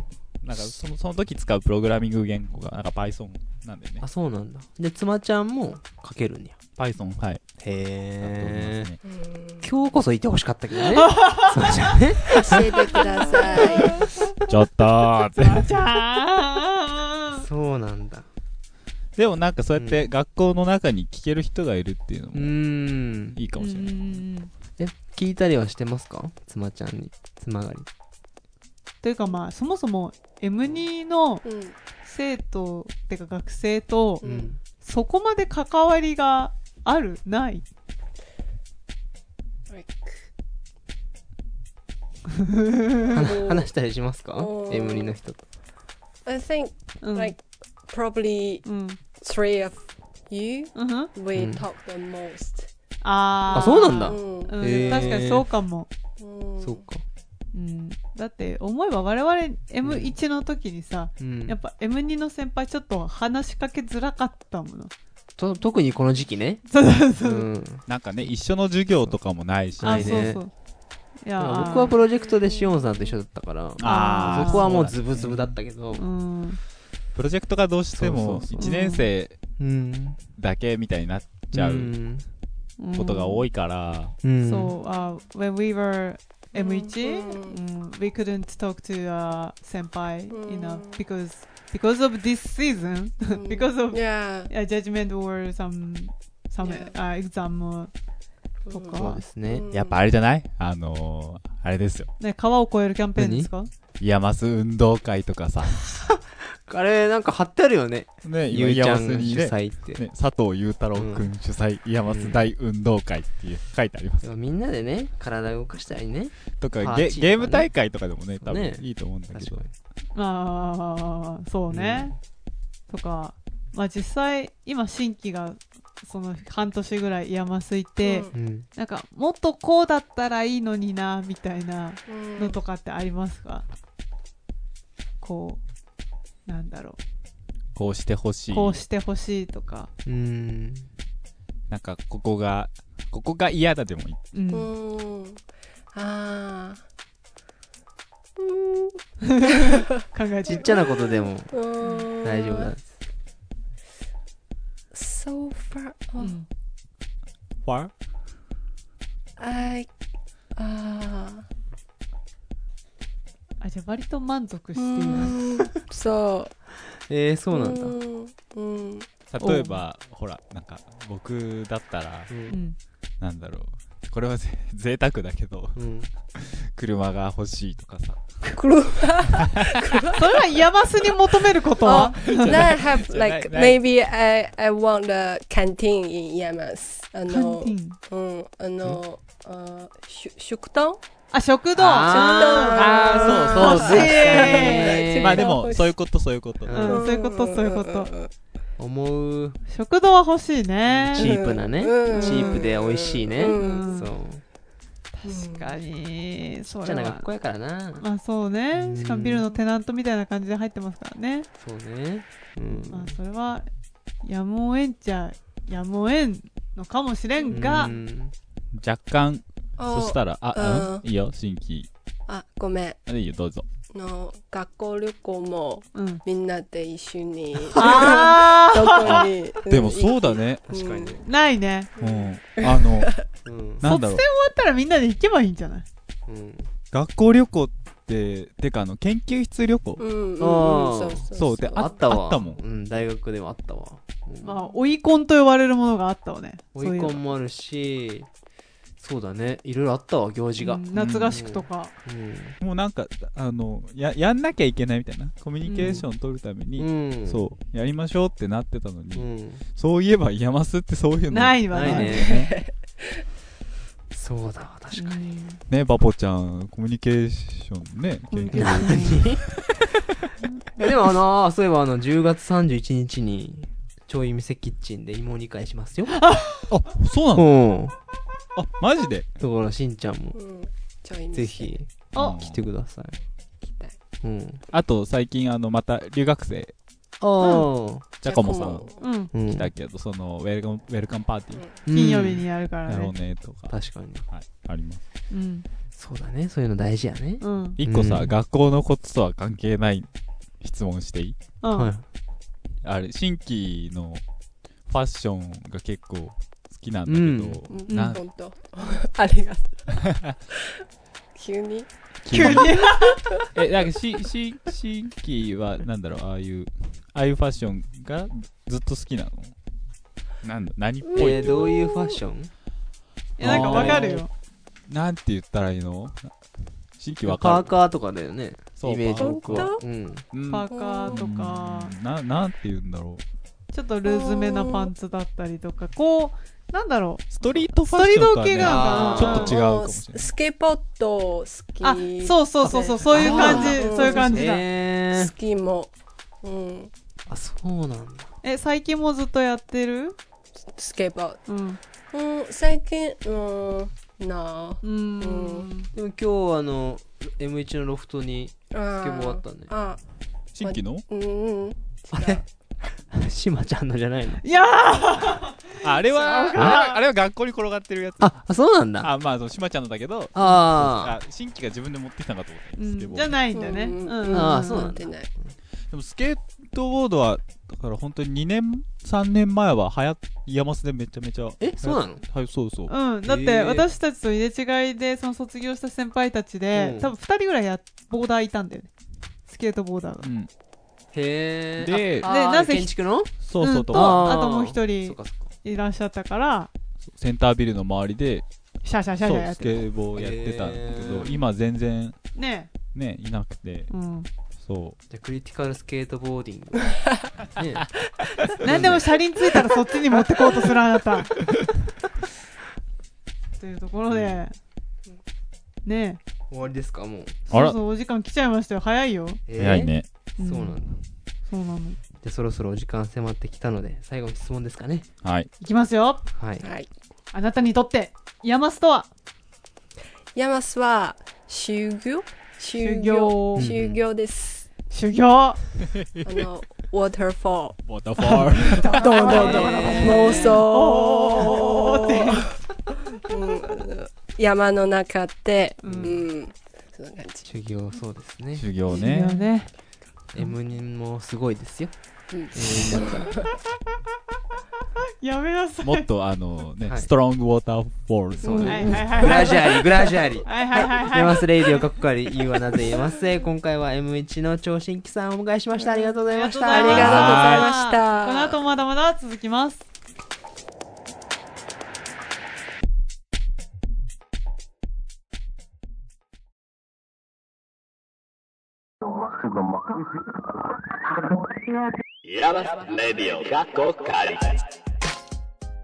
[SPEAKER 2] ん
[SPEAKER 1] なんかそのその時使うプログラミング言語がなんか Python なんだよね
[SPEAKER 2] あ。そうなんだで妻ちゃんも書けるんや
[SPEAKER 1] Python、はい。だと思います
[SPEAKER 2] へえ
[SPEAKER 1] ね。
[SPEAKER 2] 今日こそいてほしかったけど <laughs> ね妻ちゃんね
[SPEAKER 4] 教えてください
[SPEAKER 1] ちょっとーって
[SPEAKER 2] <laughs>
[SPEAKER 3] あちゃー
[SPEAKER 2] そうなんだ
[SPEAKER 1] でもなんかそうやって学校の中に聞ける人がいるっていうの
[SPEAKER 2] う
[SPEAKER 1] も
[SPEAKER 2] ん
[SPEAKER 1] いいか
[SPEAKER 3] う
[SPEAKER 1] もしれない。
[SPEAKER 3] ん
[SPEAKER 2] え聞いたりはしてますか妻ちゃんに妻がり
[SPEAKER 3] というかまあそもそも M2 の
[SPEAKER 4] うん
[SPEAKER 3] 生徒ってか学生と
[SPEAKER 4] うん
[SPEAKER 3] そこまで関わりがあるない
[SPEAKER 2] 話話したりしますか
[SPEAKER 4] おー
[SPEAKER 2] M リの人と
[SPEAKER 4] I think
[SPEAKER 3] うん
[SPEAKER 2] Mm.
[SPEAKER 4] like probably
[SPEAKER 3] うん
[SPEAKER 4] three of you
[SPEAKER 3] うんふん
[SPEAKER 4] we
[SPEAKER 2] うん
[SPEAKER 4] talk the most
[SPEAKER 3] あ
[SPEAKER 2] あ Mm.
[SPEAKER 3] ー
[SPEAKER 2] そうなんだ
[SPEAKER 4] う
[SPEAKER 3] う
[SPEAKER 4] ん
[SPEAKER 3] ん
[SPEAKER 2] へー
[SPEAKER 3] 確かにそうかも、
[SPEAKER 4] うん
[SPEAKER 2] そうか
[SPEAKER 3] うん、だって思えば我々 M1 の時にさ、
[SPEAKER 2] うん
[SPEAKER 3] やっぱ M2 の先輩ちょっと話しかけづらかったもの
[SPEAKER 2] と特にこの時期ね
[SPEAKER 3] そうそうそうう、
[SPEAKER 2] ん
[SPEAKER 1] なんかね、一緒の授業とかもないし。
[SPEAKER 3] あ、
[SPEAKER 2] ないね
[SPEAKER 3] そうそういやー
[SPEAKER 2] 僕はプロジェクトでしおんさんと一緒だったから
[SPEAKER 3] あー
[SPEAKER 2] そこはも
[SPEAKER 1] そ
[SPEAKER 2] う
[SPEAKER 1] だ
[SPEAKER 2] ズブズブだったけど
[SPEAKER 3] うん
[SPEAKER 1] プロジェクトがどうしても
[SPEAKER 2] そうそうそう
[SPEAKER 1] 1年生
[SPEAKER 2] うん
[SPEAKER 1] だけみたいになっちゃう
[SPEAKER 3] うん
[SPEAKER 1] ことが多
[SPEAKER 3] い、
[SPEAKER 1] いから、
[SPEAKER 2] うん
[SPEAKER 3] そう、uh, when we were M1、
[SPEAKER 4] う
[SPEAKER 3] うん we couldn't talk to a 先輩、
[SPEAKER 4] うん
[SPEAKER 3] you know because because of this season <laughs>
[SPEAKER 4] うん
[SPEAKER 3] because of
[SPEAKER 4] <laughs> yeah
[SPEAKER 3] a judgment or some some、
[SPEAKER 4] Yeah.
[SPEAKER 3] uh, exam とか、
[SPEAKER 2] そうですね
[SPEAKER 4] うん
[SPEAKER 1] やっぱあれじゃないあのー、あれですよ。
[SPEAKER 3] ね、川を越えるキャンペーンですか
[SPEAKER 1] イヤマス運動会とかさ、
[SPEAKER 2] あれなんか貼ってあるよね
[SPEAKER 1] ね、今、
[SPEAKER 2] ゆう
[SPEAKER 1] イ
[SPEAKER 2] ち
[SPEAKER 1] ヤ
[SPEAKER 2] ゃ
[SPEAKER 1] マ
[SPEAKER 2] ん
[SPEAKER 1] ス
[SPEAKER 2] が
[SPEAKER 1] に
[SPEAKER 2] 主
[SPEAKER 1] ね、ね
[SPEAKER 2] 催って、
[SPEAKER 1] 佐藤裕太郎くん主催、イヤマス大運動会っていう書いてあります。
[SPEAKER 2] みんなでね体動かしたりね
[SPEAKER 1] と
[SPEAKER 2] パ
[SPEAKER 1] か
[SPEAKER 2] ー
[SPEAKER 1] ゲ、
[SPEAKER 2] チーとかね
[SPEAKER 1] ゲーム大会とかでもね、多分
[SPEAKER 2] ね
[SPEAKER 1] いいと思うんだけど。
[SPEAKER 3] ああそうね、とかまあ実際今新規がその半年ぐらい山すいて、
[SPEAKER 4] うん
[SPEAKER 2] に、うん、
[SPEAKER 3] なんかもっとこうだったらいいのになみたいな
[SPEAKER 4] うん
[SPEAKER 3] のとかってありますか、こうなんだろ
[SPEAKER 1] こうしてほし
[SPEAKER 3] う
[SPEAKER 1] い。
[SPEAKER 3] こうしてほしいとか、
[SPEAKER 2] うん
[SPEAKER 1] なんか、ここが、ここが嫌だでもいい。
[SPEAKER 3] うん
[SPEAKER 4] うんあー
[SPEAKER 3] 考え
[SPEAKER 2] ち
[SPEAKER 3] て
[SPEAKER 2] っちゃなことでも
[SPEAKER 4] うんうん
[SPEAKER 2] 大丈夫だ
[SPEAKER 4] So far
[SPEAKER 3] う
[SPEAKER 2] Mm.
[SPEAKER 4] off
[SPEAKER 3] ん
[SPEAKER 1] ファ
[SPEAKER 4] I uh, あー
[SPEAKER 3] あじゃあ割と満足して
[SPEAKER 4] う
[SPEAKER 3] いる
[SPEAKER 4] んそう
[SPEAKER 2] えー、そうなんだ、
[SPEAKER 4] うんうん
[SPEAKER 1] 例えば、ほら、なんか、僕だったら、
[SPEAKER 2] うん
[SPEAKER 3] ん
[SPEAKER 1] なんだろう。これはぜ贅沢だけど、
[SPEAKER 2] うん、
[SPEAKER 1] 車が欲しいとかさ。
[SPEAKER 4] Group
[SPEAKER 3] それは山すに求めることは
[SPEAKER 4] Then I have like
[SPEAKER 1] ない
[SPEAKER 4] maybe I I want a canteen in Yamas. あ
[SPEAKER 3] カン
[SPEAKER 4] の
[SPEAKER 3] テ、ィン
[SPEAKER 4] うん、あの、あし食堂
[SPEAKER 3] あ食堂
[SPEAKER 2] あーそうそう
[SPEAKER 3] 欲しい
[SPEAKER 2] 確かに
[SPEAKER 1] まあでも
[SPEAKER 4] 欲、しい
[SPEAKER 1] そういうこと、そういうこと。
[SPEAKER 2] うん
[SPEAKER 3] そういうことそういうこと
[SPEAKER 2] 思う
[SPEAKER 3] 食堂は欲しいね
[SPEAKER 2] チープなね
[SPEAKER 4] うん
[SPEAKER 2] チープで美味しいね
[SPEAKER 4] うん
[SPEAKER 3] うん
[SPEAKER 2] そう
[SPEAKER 3] 確かにそ
[SPEAKER 2] じ
[SPEAKER 3] れ
[SPEAKER 2] ゃあなんか
[SPEAKER 3] は
[SPEAKER 2] ここやからな
[SPEAKER 3] まあそう
[SPEAKER 2] う
[SPEAKER 3] ね
[SPEAKER 2] ん
[SPEAKER 3] しかもビルのテナントみたいな感じで入ってますからね
[SPEAKER 2] そうねうん
[SPEAKER 3] まあそれはやむをえんちゃやむをえんのかもしれんが
[SPEAKER 2] うん
[SPEAKER 1] 若干、
[SPEAKER 4] あ
[SPEAKER 1] そしたら、あ、
[SPEAKER 4] う
[SPEAKER 1] うんいいよ、新規。
[SPEAKER 4] あ、ごめん。
[SPEAKER 1] あいいよ、どうぞ。
[SPEAKER 4] あの学校旅行も
[SPEAKER 3] うん
[SPEAKER 4] みんなで一緒に。
[SPEAKER 3] あ
[SPEAKER 4] <laughs> どこに。
[SPEAKER 1] でもそうだ
[SPEAKER 4] ね。
[SPEAKER 1] ね。
[SPEAKER 2] 確かにね
[SPEAKER 3] ーないね
[SPEAKER 1] うん。あの、
[SPEAKER 2] うん
[SPEAKER 1] なんだ
[SPEAKER 3] 卒業終
[SPEAKER 1] ろう
[SPEAKER 3] わ。ったらみんなで行けばいいんじゃない
[SPEAKER 2] うん
[SPEAKER 1] 学校旅行って、てかあの、研究室旅行
[SPEAKER 4] うんうんうん、
[SPEAKER 2] あー
[SPEAKER 4] そうそう。
[SPEAKER 1] そうであ
[SPEAKER 2] あったわ
[SPEAKER 1] あったもん
[SPEAKER 2] うん大学ではあったわうん
[SPEAKER 3] まあ追いコンと呼ばれるものがあったわね
[SPEAKER 2] 追い
[SPEAKER 3] そ
[SPEAKER 2] 込
[SPEAKER 3] ういえば
[SPEAKER 2] んもあるしそうだねいろいろあったわ行事が
[SPEAKER 3] う
[SPEAKER 2] うん
[SPEAKER 3] 夏合宿とか
[SPEAKER 2] ん
[SPEAKER 1] もうなんか、あの、や、やんなきゃいけないみたいな。コミュニケーション取るために、
[SPEAKER 2] うん
[SPEAKER 1] そう、やりましょうってなってたのに、
[SPEAKER 2] うん
[SPEAKER 1] そういえば、山マスってそういうの。
[SPEAKER 3] ないわ
[SPEAKER 2] ない
[SPEAKER 3] ね
[SPEAKER 2] ねそうだわ確かに
[SPEAKER 3] に
[SPEAKER 1] ね、バポちゃん、コミュニケーションね、研究室。
[SPEAKER 2] えでもあのーそういえばあの10月31日にちょい店キッチンで芋煮会しますよ
[SPEAKER 1] あ、そうなの
[SPEAKER 2] うん
[SPEAKER 1] あ、マジで
[SPEAKER 2] だからしんちゃんも
[SPEAKER 4] うん。ちょい見せ
[SPEAKER 2] ぜひ
[SPEAKER 3] あ
[SPEAKER 2] 来てくださ
[SPEAKER 4] 行きたい。
[SPEAKER 2] いうん
[SPEAKER 1] あと、最近、あの、また、留学生、
[SPEAKER 2] ああ
[SPEAKER 1] ジャコモさん
[SPEAKER 3] うん
[SPEAKER 2] うん
[SPEAKER 1] 来たけど、その、ウェルカム、ウェルカムパーティー
[SPEAKER 3] 金曜日
[SPEAKER 2] うん
[SPEAKER 3] にやるから
[SPEAKER 1] やろう
[SPEAKER 3] ね
[SPEAKER 1] ね、とか、
[SPEAKER 2] 確かに
[SPEAKER 1] はい、あります。
[SPEAKER 3] うん
[SPEAKER 2] そうだねそういうの大事やね
[SPEAKER 3] うんうん
[SPEAKER 1] 一個さ、
[SPEAKER 2] うん
[SPEAKER 1] 学校のこととは関係ない質問していい
[SPEAKER 2] は
[SPEAKER 3] はい
[SPEAKER 1] あれ新規のファッションが結構好きなんだけど、
[SPEAKER 4] うん
[SPEAKER 1] な
[SPEAKER 4] 本当。 <laughs> ありがとう。急に。
[SPEAKER 1] 急にえなんかしし新規はなんだろうああいうああいうファッションがずっと好きなのなんだ何っぽい
[SPEAKER 2] えーどういうファッション
[SPEAKER 3] えなんかわかるよ
[SPEAKER 1] なんて言ったらいいの新規わ
[SPEAKER 2] パ
[SPEAKER 1] か
[SPEAKER 2] ー
[SPEAKER 1] る
[SPEAKER 2] カーとかだよね
[SPEAKER 1] そう
[SPEAKER 2] イメージ
[SPEAKER 1] パ
[SPEAKER 2] 僕は
[SPEAKER 4] 本
[SPEAKER 2] うん
[SPEAKER 1] うん
[SPEAKER 3] パーカーとか
[SPEAKER 1] うんななんて言うんだろう
[SPEAKER 3] ちょっとルーズめなパンツだったりとかこうなんだろう
[SPEAKER 1] ストリートファッションとは
[SPEAKER 3] ストリート系
[SPEAKER 1] ね
[SPEAKER 3] なの
[SPEAKER 2] かな
[SPEAKER 1] あーちょっと違うかもしれ
[SPEAKER 4] ス
[SPEAKER 1] ない
[SPEAKER 4] スケボット好き。
[SPEAKER 3] あそうそうそうそうそういう感じ
[SPEAKER 4] あー
[SPEAKER 3] そういう感じだ
[SPEAKER 2] え
[SPEAKER 4] 好きも。うん。
[SPEAKER 2] あそうなんだ
[SPEAKER 3] え最近もずっとやってる
[SPEAKER 4] スケボー
[SPEAKER 3] うん
[SPEAKER 4] ド。うん、最近、うん、な
[SPEAKER 3] うーん
[SPEAKER 2] でも今日あの M1 のロフトに
[SPEAKER 4] あ。あ
[SPEAKER 2] スケボーあったね
[SPEAKER 4] あ、
[SPEAKER 1] 新規の
[SPEAKER 4] うんうん。違う
[SPEAKER 2] あれ <laughs> シマちゃんのじゃないの
[SPEAKER 3] いやー
[SPEAKER 1] ああれはああれは学校に転がってるやつ
[SPEAKER 2] ああそうなんだ
[SPEAKER 1] あまあそう島ちゃんのだけど
[SPEAKER 2] あ
[SPEAKER 1] あ新規が自分で持ってきたんだと思ったよス
[SPEAKER 3] う
[SPEAKER 1] ケ
[SPEAKER 3] ん
[SPEAKER 1] ボ
[SPEAKER 3] じゃ
[SPEAKER 1] ード
[SPEAKER 3] ないんだね
[SPEAKER 4] うん
[SPEAKER 3] うん
[SPEAKER 2] あーそうなんだ
[SPEAKER 4] 持っ
[SPEAKER 1] で
[SPEAKER 4] てい
[SPEAKER 1] もスケートボードはだから本当に2年3年前ははや山マスでめちゃめちゃ
[SPEAKER 2] えそうなの
[SPEAKER 1] はいそうそう
[SPEAKER 3] うん、だっ
[SPEAKER 2] へ
[SPEAKER 3] て
[SPEAKER 2] ー
[SPEAKER 3] 私たちと入れ違いでその卒業した先輩たちで、
[SPEAKER 2] うん
[SPEAKER 3] 多分2人ぐらいやボーダーいたんだよねスケートボーダーが
[SPEAKER 1] う、ん
[SPEAKER 2] へえ
[SPEAKER 1] で
[SPEAKER 2] あ
[SPEAKER 3] で
[SPEAKER 2] あー
[SPEAKER 3] なぜ
[SPEAKER 2] 建築の
[SPEAKER 1] そうそううんと
[SPEAKER 3] と
[SPEAKER 1] か
[SPEAKER 3] あともう一
[SPEAKER 2] そっ
[SPEAKER 3] 人
[SPEAKER 2] かそっか
[SPEAKER 3] いらっしゃったから
[SPEAKER 1] センタービルの周りで
[SPEAKER 3] シャーシャーシャーシャー
[SPEAKER 1] そ
[SPEAKER 3] や
[SPEAKER 1] う
[SPEAKER 3] っ
[SPEAKER 1] ス
[SPEAKER 3] て
[SPEAKER 1] ケボーやってたんだけ
[SPEAKER 2] へ
[SPEAKER 1] ど
[SPEAKER 2] ー
[SPEAKER 1] 今全然
[SPEAKER 3] ね
[SPEAKER 1] ねいなくて
[SPEAKER 3] うん
[SPEAKER 1] そ
[SPEAKER 2] じゃあクリティカルスケートボーディングね
[SPEAKER 3] 何でも車輪ついたらそっちに持ってこうとするあなた。
[SPEAKER 1] <laughs>
[SPEAKER 3] というところで、ねえ、
[SPEAKER 2] 終わりですかもう
[SPEAKER 1] あ
[SPEAKER 3] そ
[SPEAKER 1] ら
[SPEAKER 3] ろそろお時間来ちゃいましたよ。早い
[SPEAKER 1] う
[SPEAKER 3] よ。
[SPEAKER 1] 早い、ね
[SPEAKER 2] えーそうなんだ
[SPEAKER 3] そうなの。
[SPEAKER 2] でそろそろお時間迫ってきたので最後の質問ですかね
[SPEAKER 1] はい
[SPEAKER 3] いきますよ。
[SPEAKER 2] はい
[SPEAKER 4] はい。
[SPEAKER 3] あなたにとって、ヤマスとは
[SPEAKER 4] ヤマスは修行修
[SPEAKER 3] 行
[SPEAKER 4] 修行です。
[SPEAKER 3] 修行。
[SPEAKER 4] あの、waterfall。
[SPEAKER 1] ウォーターフォール
[SPEAKER 4] どんどんどんどん。妄
[SPEAKER 3] おーっ。
[SPEAKER 4] 想
[SPEAKER 3] て。
[SPEAKER 4] うんあの山の中って、
[SPEAKER 3] う
[SPEAKER 4] うんん。そんな感じ。
[SPEAKER 2] 修行そうです
[SPEAKER 1] <laughs>
[SPEAKER 2] ね
[SPEAKER 1] 修行
[SPEAKER 3] 修行
[SPEAKER 1] ね
[SPEAKER 3] ね。
[SPEAKER 2] M 人もすごいですよ
[SPEAKER 4] うん
[SPEAKER 2] えー
[SPEAKER 3] やめなさい。
[SPEAKER 1] もっとあのね、
[SPEAKER 2] はい
[SPEAKER 1] ストロングウォーターフォール
[SPEAKER 2] そう
[SPEAKER 3] はい
[SPEAKER 2] ね
[SPEAKER 3] はいは
[SPEAKER 2] グラ
[SPEAKER 3] いはい
[SPEAKER 2] ジュアリグラジュアリ
[SPEAKER 3] はいはいはいはい。
[SPEAKER 2] ヤマスレイディオかっこかり言うはなぜ言えません今回は M1 の超新規さんをお迎えしましたありがとうございました
[SPEAKER 4] ありがとうございました
[SPEAKER 3] この後もまだまだ続きます。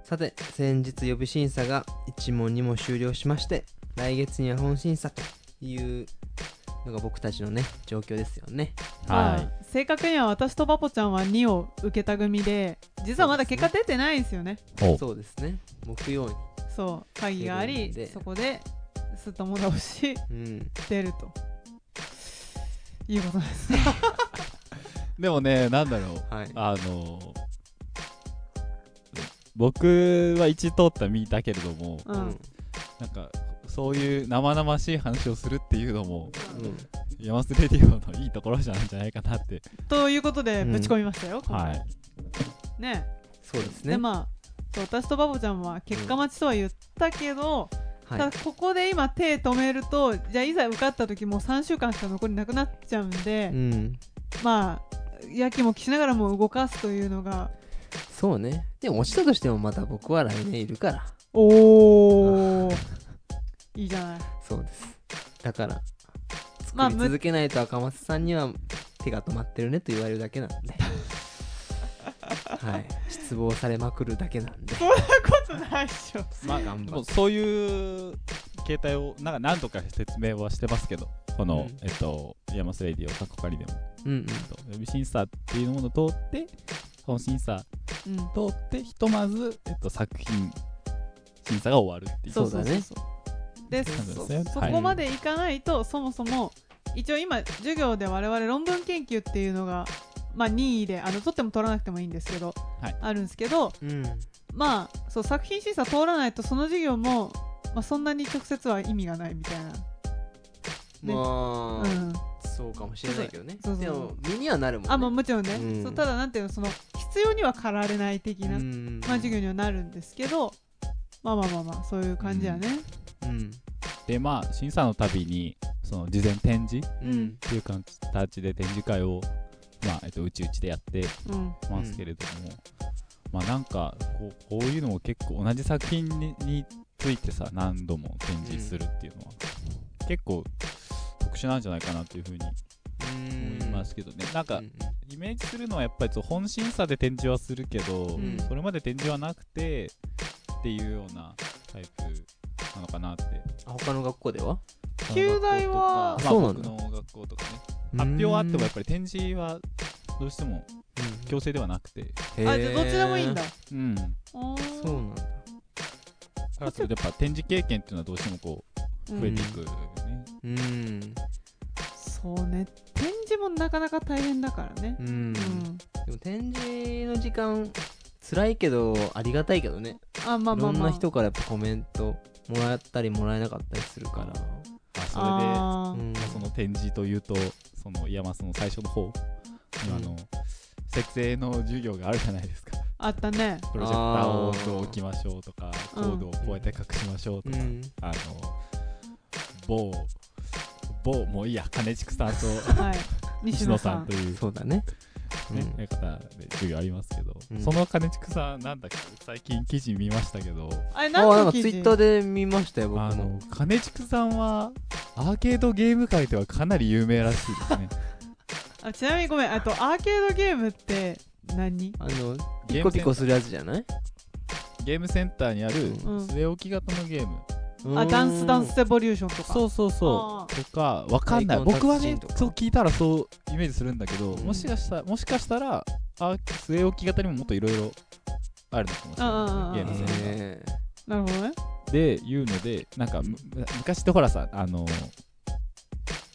[SPEAKER 2] さて先日予備審査が1問2問終了しまして来月には本審査というのが僕たちのね状況ですよね
[SPEAKER 3] ま
[SPEAKER 1] は
[SPEAKER 3] あ正確には私とバポちゃんは2を受けた組で実はまだ結果出てないんですよね
[SPEAKER 1] いお
[SPEAKER 2] そうですね木曜に
[SPEAKER 3] そう会議があ
[SPEAKER 2] 出
[SPEAKER 3] り
[SPEAKER 2] るんで
[SPEAKER 3] そこですっとも倒し
[SPEAKER 2] うん
[SPEAKER 3] 出るということですね
[SPEAKER 1] でもねなんだろう
[SPEAKER 2] はい
[SPEAKER 1] あの僕は一通った身だけれども
[SPEAKER 3] うん、
[SPEAKER 1] なんかそういう生々しい話をするっていうのも山瀬レディオのいいところじゃないんじゃないかなって
[SPEAKER 3] ということでぶち込みましたよ、今
[SPEAKER 1] は
[SPEAKER 3] 回
[SPEAKER 1] い
[SPEAKER 3] ね
[SPEAKER 2] そうです
[SPEAKER 3] で
[SPEAKER 2] ね
[SPEAKER 3] まあそう私とバボちゃんは結果待ちとは言ったけ
[SPEAKER 2] は
[SPEAKER 3] ど、た
[SPEAKER 2] い
[SPEAKER 3] だここで今手止めるとじゃあいざ受かった時もう3週間しか残りなくなっちゃうんで、
[SPEAKER 2] うん
[SPEAKER 3] まあやきもきしながらも動かすというのが
[SPEAKER 2] そうねでも落ちたとしてもまた僕は来年いるから
[SPEAKER 3] おおいいじゃない
[SPEAKER 2] そうですだから
[SPEAKER 3] まあ
[SPEAKER 2] 作り続けないと赤松さんには手が止まってるねと言われるだけなんで
[SPEAKER 3] <laughs>
[SPEAKER 2] はい失望されまくるだけなんで
[SPEAKER 3] ことないっしょ
[SPEAKER 1] まあ
[SPEAKER 2] 頑
[SPEAKER 1] で
[SPEAKER 2] 張っ
[SPEAKER 1] も
[SPEAKER 2] て
[SPEAKER 1] そういう形態をなんか何度か説明はしてますけどこの、
[SPEAKER 2] うん
[SPEAKER 1] えっと山瀬レディオ過去仮でも、
[SPEAKER 2] うんうん
[SPEAKER 1] えっと、予備審査っていうものを通って本審査
[SPEAKER 3] うん
[SPEAKER 1] 通ってひとまず、えっと、作品審査が終わるっていう
[SPEAKER 2] そうだね
[SPEAKER 3] そうで
[SPEAKER 1] そうです
[SPEAKER 3] そ
[SPEAKER 1] ね
[SPEAKER 3] そ
[SPEAKER 1] はい
[SPEAKER 3] こまでいかないと、そもそも一応今授業で我々論文研究っていうのがまあ任意であの取っても取らなくてもいいんですけど、
[SPEAKER 1] はい
[SPEAKER 3] あるんですけど
[SPEAKER 2] うん
[SPEAKER 3] まあそう作品審査通らないとその授業も、まあ、そんなに直接は意味がないみたいね
[SPEAKER 2] ま
[SPEAKER 3] な、う
[SPEAKER 2] あ、
[SPEAKER 3] ん、
[SPEAKER 2] そうかもしれないけどね
[SPEAKER 3] そうそう
[SPEAKER 2] でも身にはなるもんね
[SPEAKER 3] あまあもちろんね、
[SPEAKER 2] うん
[SPEAKER 3] そうただなんていうのその必要には駆られない的な、
[SPEAKER 2] うん
[SPEAKER 3] まあ、授業にはなるんですけどまあまあまあまあそういう感じやね、
[SPEAKER 2] うん
[SPEAKER 1] でまあ審査のたびにその事前展示っ
[SPEAKER 2] うん
[SPEAKER 1] ていう形で展示会をまあえっとうちうちでやって
[SPEAKER 3] うん
[SPEAKER 1] ますけれども、まあなんかこうこういうのも結構同じ作品にについてさ何度も展示するっていうのは、結構特殊なんじゃないかなというふうに思いますけどね、なんか
[SPEAKER 2] うん
[SPEAKER 1] イメージするのはやっぱりそう本審査で展示はするけど、
[SPEAKER 2] ん
[SPEAKER 1] それまで展示はなくてっていうようなタイプなのかなって
[SPEAKER 2] あ他の学校では
[SPEAKER 3] 旧大は
[SPEAKER 1] まあ
[SPEAKER 2] そうなん
[SPEAKER 1] 僕
[SPEAKER 2] だ
[SPEAKER 1] の学校とかね発表はあってもやっ
[SPEAKER 2] ぱ
[SPEAKER 1] ぱり展示はどうしても強制ではなくて
[SPEAKER 3] あじゃあどっちでもいいんだ
[SPEAKER 1] うんだ
[SPEAKER 3] おー
[SPEAKER 2] そうなんだ
[SPEAKER 1] からそれでやっぱ展示経験っていうのはどうしてもこう増えていくよね、
[SPEAKER 2] うん
[SPEAKER 3] そうね展示もなかなか大変だからね
[SPEAKER 2] う
[SPEAKER 3] うんん、
[SPEAKER 2] でも展示の時間辛いけどありがたいけどね
[SPEAKER 3] あまあまあ
[SPEAKER 2] い
[SPEAKER 3] まあ
[SPEAKER 2] ろんな人からやっぱコメントもらったりもらえなかったりするから
[SPEAKER 1] あ
[SPEAKER 2] う
[SPEAKER 3] あー
[SPEAKER 2] ん
[SPEAKER 1] それでその展示というとその山その最初の方にあの、設営の授業があるじゃないですか
[SPEAKER 3] あったね
[SPEAKER 1] プロジェクターを
[SPEAKER 2] あー
[SPEAKER 1] こう置きましょうとかコードをこうやって隠しましょうと
[SPEAKER 2] う
[SPEAKER 1] か、
[SPEAKER 2] ん
[SPEAKER 1] あの某某もういいや金畜さんと
[SPEAKER 2] <laughs>
[SPEAKER 3] はい
[SPEAKER 1] 西
[SPEAKER 3] 西
[SPEAKER 1] 野
[SPEAKER 3] 野
[SPEAKER 1] さ
[SPEAKER 3] さ
[SPEAKER 1] ん
[SPEAKER 3] ん
[SPEAKER 1] という
[SPEAKER 2] そうだね
[SPEAKER 1] ね、方で授業ありますけど、
[SPEAKER 2] うん
[SPEAKER 1] その金畜さんなんだっけ最近記事見ましたけど
[SPEAKER 3] あれ
[SPEAKER 2] あなん
[SPEAKER 3] 何の
[SPEAKER 2] か
[SPEAKER 3] 記
[SPEAKER 2] ツイッ
[SPEAKER 3] 事
[SPEAKER 2] ターで見ましたよ僕
[SPEAKER 1] あ
[SPEAKER 2] も
[SPEAKER 1] の金畜さんはアーケードゲーム界ではかなり有名らしいですね
[SPEAKER 3] あちなみにごめんあとアーケードゲームって何
[SPEAKER 2] あの
[SPEAKER 1] ゲ
[SPEAKER 2] ピ
[SPEAKER 1] ーム
[SPEAKER 2] コ
[SPEAKER 1] セ
[SPEAKER 2] ピ
[SPEAKER 1] ン
[SPEAKER 2] コするやつじゃない
[SPEAKER 1] ゲームセンターにある
[SPEAKER 3] うん
[SPEAKER 1] 据え置き型のゲーム、
[SPEAKER 3] あダンスダンスエボリューションとか
[SPEAKER 1] そううそうそううとかわかんない
[SPEAKER 2] 太鼓
[SPEAKER 1] 僕
[SPEAKER 2] の
[SPEAKER 1] は
[SPEAKER 2] 達
[SPEAKER 1] ね
[SPEAKER 2] 人とか
[SPEAKER 1] そう聞いたらそうイメージするんだけど、
[SPEAKER 2] うん
[SPEAKER 1] もしかしたらもしかしたらあ据え置き型にももっといろいろあるのかもしれないゲ
[SPEAKER 3] うん
[SPEAKER 1] ーム
[SPEAKER 3] うんうん
[SPEAKER 1] センター
[SPEAKER 2] え
[SPEAKER 3] なるほどね
[SPEAKER 1] で言うのでなんかむ昔ってほらさあの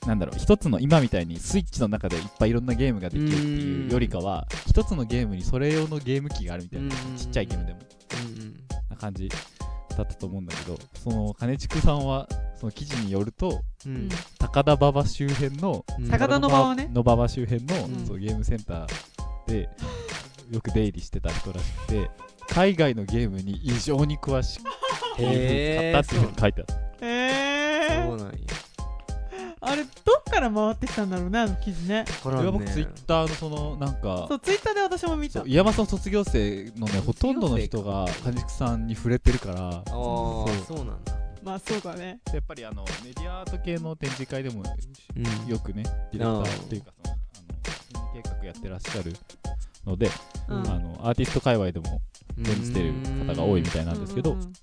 [SPEAKER 1] なんだろう一つの今みたいにスイッチの中でいっぱいいろんなゲームができるっていうよりかは一つのゲームにそれ用のゲーム機があるみたいな
[SPEAKER 2] うん
[SPEAKER 1] ちっちゃいゲームでも
[SPEAKER 2] うんうん
[SPEAKER 1] な感じだったと思うんだけどその金畜さんはその記事によると
[SPEAKER 2] う
[SPEAKER 3] うんん
[SPEAKER 1] 高田馬場周辺の
[SPEAKER 2] うん
[SPEAKER 3] 高田の馬場ね
[SPEAKER 1] の馬場周辺の,、
[SPEAKER 2] うん
[SPEAKER 1] そうゲームセンターでよく出入りしてた人らしくて海外のゲームに異常に詳しく
[SPEAKER 2] へー
[SPEAKER 1] 買ったっていうふうに書いてある
[SPEAKER 2] そう
[SPEAKER 3] え
[SPEAKER 2] な
[SPEAKER 3] ー、
[SPEAKER 2] んや
[SPEAKER 3] あれどっから回ってきたんだろうねあの記事ね
[SPEAKER 2] こ
[SPEAKER 1] そ
[SPEAKER 2] れ
[SPEAKER 1] れは
[SPEAKER 2] は
[SPEAKER 1] 僕ツイッターのそのなんか
[SPEAKER 3] そうツイッターで私も見
[SPEAKER 1] そ
[SPEAKER 3] た
[SPEAKER 1] う岩間さんの卒業生のねほとんどの人が
[SPEAKER 2] 卒業生か
[SPEAKER 1] 梶木さんに触れてるから
[SPEAKER 2] ああーそうなんだ
[SPEAKER 3] まあそうだね
[SPEAKER 1] やっぱりあのメディアアート系の展示会でも
[SPEAKER 2] うん
[SPEAKER 1] よくねディレクターっていうかそのあの計画やってらっしゃるので、
[SPEAKER 3] うん
[SPEAKER 1] あのアーティスト界隈でも展示してる方が多いみたいなんですけど、
[SPEAKER 3] うんうん